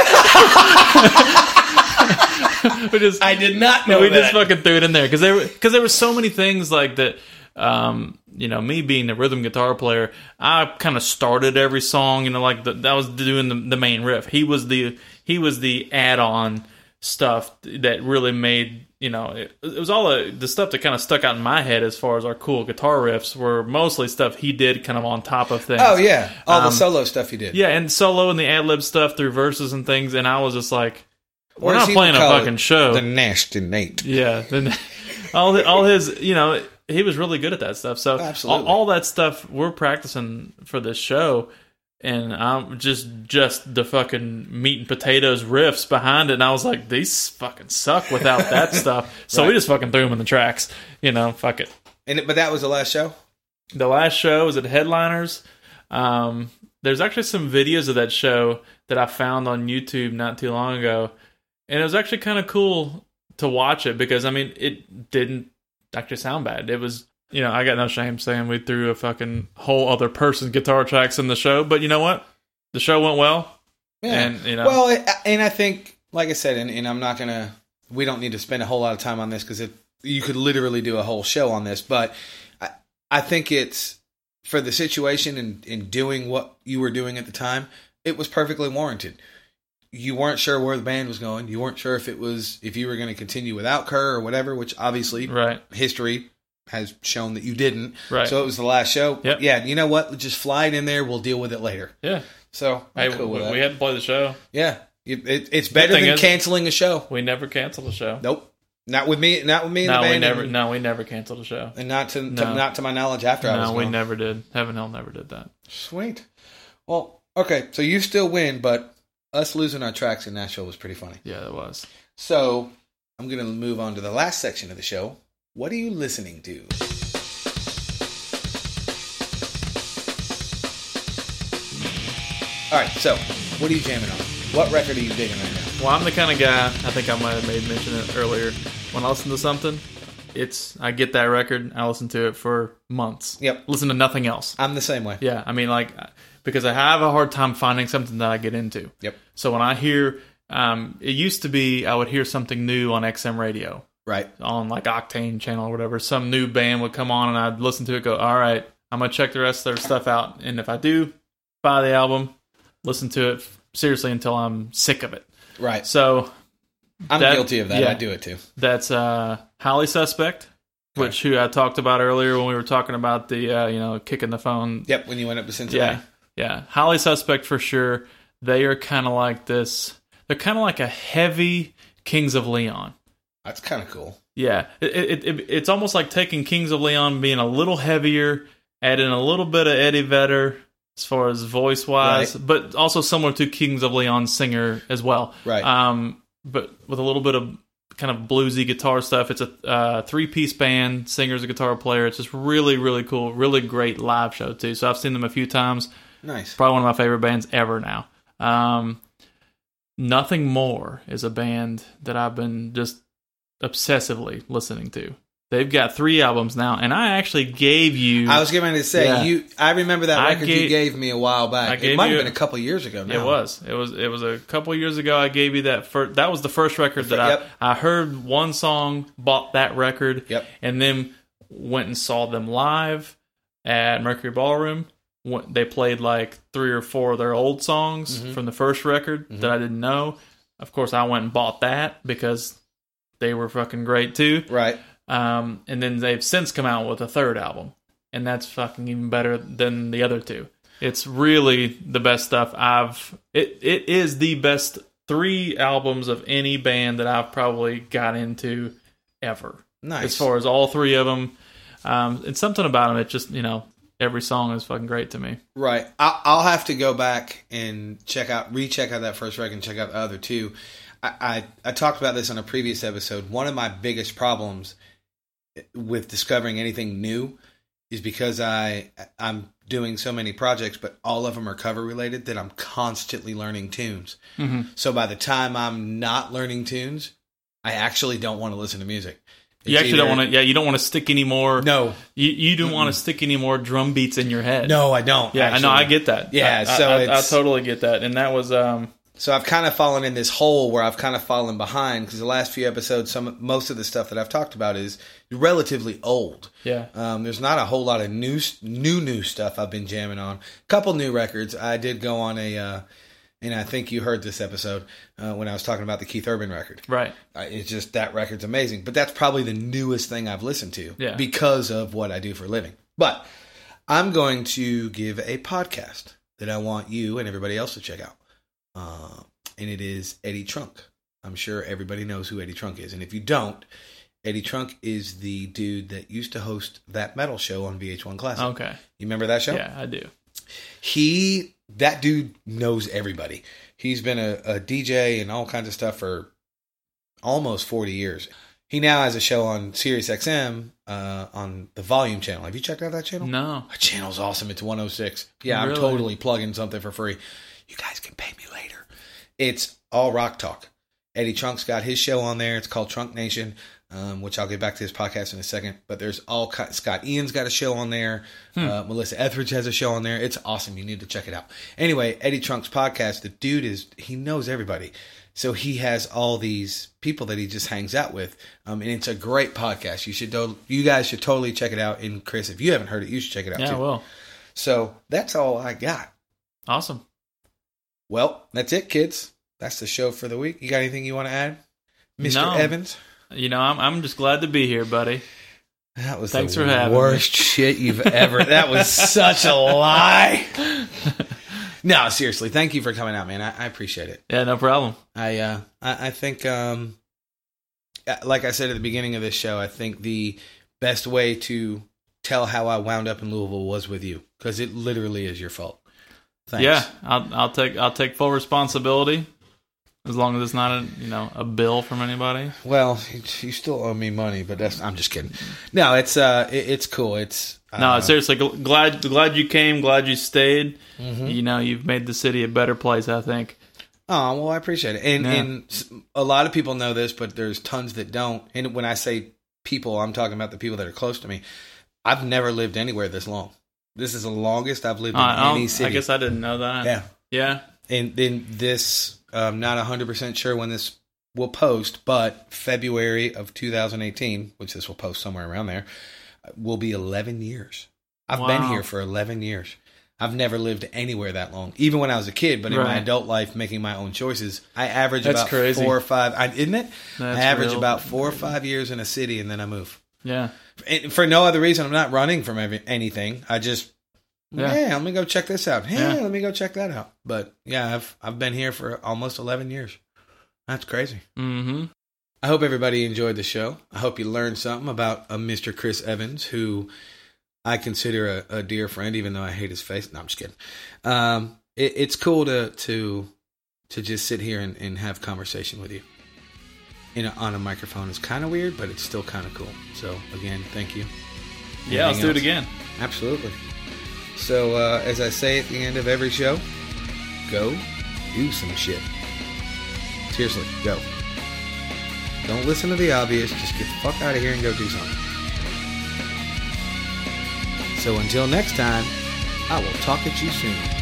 just,
I did [LAUGHS] not
we
that.
just fucking threw it in there because there because there were so many things like that. Um, you know, me being the rhythm guitar player, I kind of started every song. You know, like the, that was doing the, the main riff. He was the he was the add on stuff that really made you know it, it was all the the stuff that kind of stuck out in my head as far as our cool guitar riffs were mostly stuff he did kind of on top of things.
Oh yeah, all the
Um,
solo stuff you did.
yeah, and solo and the ad lib stuff through verses and things, and I was just like, we're
Or as
not
he
playing a
would call it,
fucking show.
The nasty [LAUGHS] Nate.
Yeah, then all hi- all his, you know, he was really good at that stuff. So
Absolutely.
all, all that stuff we're practicing for this show, and I'm just just the fucking meat and potatoes riffs behind it. And I was like, these fucking suck without that stuff. So we just fucking threw them in the tracks. You know, fuck it.
And it- but that was the last show.
The last show was at Headliners. Um, there's actually some videos of that show that I found on YouTube not too long ago, and it was actually kind of cool to watch it because I mean it didn't actually sound bad. It was you know I got no shame saying we threw a fucking whole other person's guitar tracks in the show, but you know what? The show went well, and you know
Well, it, and I think, like I said, and, and I'm not gonna. We don't need to spend a whole lot of time on this because you could literally do a whole show on this, but I, I think it's for the situation and in doing what you were doing at the time, it was perfectly warranted. You weren't sure where the band was going. You weren't sure if it was if you were going to continue without Kerr or whatever, which obviously
right,
history has shown that you didn't.
right,
So it was the last show.
Yep.
Yeah, you know what? Just fly it in there. We'll deal with it later.
yeah.
So
Hey,
I'm cool with
we,
that.
we had to play the show.
Yeah, it, it, it's better
thing
than
is-
canceling a show.
We never canceled the show.
Nope, not with me. Not with me. and
No,
the
we
band
never.
And,
No, we never canceled the show.
and not to, to-
No.
not to my knowledge. After I was
No, we
gone.
never did. Heaven Hill never did that.
Sweet. Well, okay. So you still win, but us losing our tracks in Nashville was pretty funny.
Yeah, it was.
So I'm gonna move on to the last section of the show. What are you listening to? All right. So what are you jamming on? What record are you digging right now?
Well, I'm the kind of guy. I think I might have made mention of it earlier. When I listen to something, it's I get that record. I listen to it for months.
Yep.
Listen to nothing else.
I'm the same way.
Yeah, I mean, like because I have a hard time finding something that I get into.
Yep.
So when I hear, um, it used to be I would hear something new on XM radio
Right.
on like Octane channel or whatever. Some new band would come on and I'd listen to it. Go, all right, I'm gonna check the rest of their stuff out, and if I do, buy the album, listen to it seriously until I'm sick of it.
Right.
So
I'm
That-
guilty of that.
yeah.
I do it too.
That's uh, Highly Suspect, which who I talked about earlier when we were talking about the uh, you know kicking the phone.
Yep, when you went up to Cincinnati.
Yeah, yeah. Highly Suspect for sure. They are kind of like this. They're kind of like a heavy Kings of Leon.
That's kind of cool.
Yeah, it, it, it, it's almost like taking Kings of Leon, being a little heavier, adding a little bit of Eddie Vedder as far as voice wise, but also similar to Kings of Leon singer as well.
Right.
Um, but with a little bit of kind of bluesy guitar stuff. It's a uh, three piece band, singer's a guitar player. It's just really, really cool, really great live show too. So I've seen them a few times.
Nice.
Probably one of my favorite bands ever now. Um, Nothing More is a band that I've been just obsessively listening to. They've got three albums now, and I actually gave you.
I was going to say
Yeah.
you. I remember that
I
record you
gave-
gave me a while back.
I
it
gave
might have
you-
been a couple years ago. Now.
It was. It was. It was a couple years ago. I gave you that first. That was the first record that
Yep.
I I heard one song, bought that record,
Yep.
and then went and saw them live at Mercury Ballroom. Went- They played like three or four of their old songs
Mm-hmm.
from the first record that I didn't know. Of course, I went and bought that because they were fucking great too.
right.
Um, and then they've since come out with a third album, and that's fucking even better than the other two. It's really the best stuff I've. It it is the best three albums of any band that I've probably got into ever.
Nice.
As far as all three of them, um, and something about them, it just you know every song is fucking great to me.
Right. I, I'll have to go back and check out, recheck out that first record and check out the other two. I, I, I talked about this on a previous episode. One of my biggest problems with discovering anything new is because I I'm doing so many projects, but all of them are cover related that I'm constantly learning tunes.
Mm-hmm.
So by the time I'm not learning tunes, I actually don't want to listen to music.
You
It's
actually don't
either-
want to. Yeah, you don't want to stick any more.
No,
you you don't want to stick any more drum beats in your head.
no, I don't.
Yeah, I know. I
actually.
get that.
Yeah,
I- I-
so
I, I,
it's-
totally get that. And that was um,
So I've kind of fallen in this hole where I've kind of fallen behind because the last few episodes, some most of the stuff that I've talked about is relatively old.
yeah.
Um, there's not a whole lot of new, new, new stuff I've been jamming on. couple new records. I did go on a uh, and I think you heard this episode uh, when I was talking about the Keith Urban record.
Right.
I, it's just that record's amazing. But that's probably the newest thing I've listened to
Yeah.
because of what I do for a living. But I'm going to give a podcast that I want you and everybody else to check out. Uh, and it is Eddie Trunk. I'm sure everybody knows who Eddie Trunk is. And if you don't, Eddie Trunk is the dude that used to host that metal show on VH1 Classic.
Okay.
You remember that show?
Yeah, I do.
he that dude knows everybody. He's been a, a DJ and all kinds of stuff for almost forty years. He now has a show on SiriusXM uh, on the Volume channel. Have you checked out that channel?
No.
Our channel's awesome. It's 106. Yeah, I'm
Really?
totally plugging something for free. You guys can pay me later. It's all rock talk. Eddie Trunk's got his show on there. It's called Trunk Nation, um, which I'll get back to his podcast in a second. But there's all ki- Scott Ian's got a show on there.
Hmm.
Uh, Melissa Etheridge has a show on there. It's awesome. You need to check it out. Anyway, Eddie Trunk's podcast. The dude is he knows everybody, so he has all these people that he just hangs out with, um, and it's a great podcast. You should do, you guys should totally check it out. And Chris, if you haven't heard it, you should check it out
Yeah,
too.
well,
So that's all I got.
awesome.
Well, that's it, kids. That's the show for the week. You got anything you want to add, Mister
No.
Evans?
You know, I'm I'm just glad to be here, buddy.
That was
Thanks
the
for having me. [LAUGHS]
worst shit you've ever. that was such a
[LAUGHS]
lie. No, seriously, thank you for coming out, man. I, I appreciate it.
Yeah, no problem.
I uh, I, I think, um, uh, like I said at the beginning of this show, I think the best way to tell how I wound up in Louisville was with you because it literally is your fault. Thanks.
Yeah, I'll I'll take I'll take full responsibility as long as it's not a you know a bill from anybody.
Well, you- you still owe me money, but that's I'm just kidding. No, it's uh, it, it's cool. It's uh,
No, seriously, gl- glad glad you came, glad you stayed.
Mm-hmm.
You know, you've made the city a better place. I think.
Oh well, I appreciate it. And
Yeah.
and s- a lot of people know this, but there's tons that don't. And when I say people, I'm talking about the people that are close to me. I've never lived anywhere this long. This is the longest I've lived in
I, Uh, um, I
any
don't- I
city.
guess I didn't know that.
yeah.
yeah,
And then this, I'm not 100 percent sure when this will post, but February of 2018, which this will post somewhere around there, will be 11 years. I've been
Wow.
here for 11 years. I've never lived anywhere that long, even when I was a kid. But in my
Right.
adult life, making my own choices, I average
That's
about
crazy.
four or five. I, isn't it?
That's
I average
real
about four or five years in a city, and then I move.
yeah.
And for no other reason, I'm not running from every, anything. I just,
Yeah.
yeah. let me go check this out. Hey,
Yeah.
let me go check that out. But yeah, I've I've been here for almost 11 years. That's crazy.
Mm-hmm.
I hope everybody enjoyed the show. I hope you learned something about a Mr. Chris Evans, who I consider a, a dear friend, even though I hate his face. No, I'm just kidding. Um, it, it's cool to to to just sit here and, and have conversation with you. You know, on a microphone is kind of weird, but it's still kind of cool. So again, thank you.
Yeah, let's
Anything
do it
else?
again.
Absolutely. So uh, as I say at the end of every show, go do some shit. Seriously, go. Don't listen to the obvious. Just get the fuck out of here and go do something. So until next time, I will talk at you soon.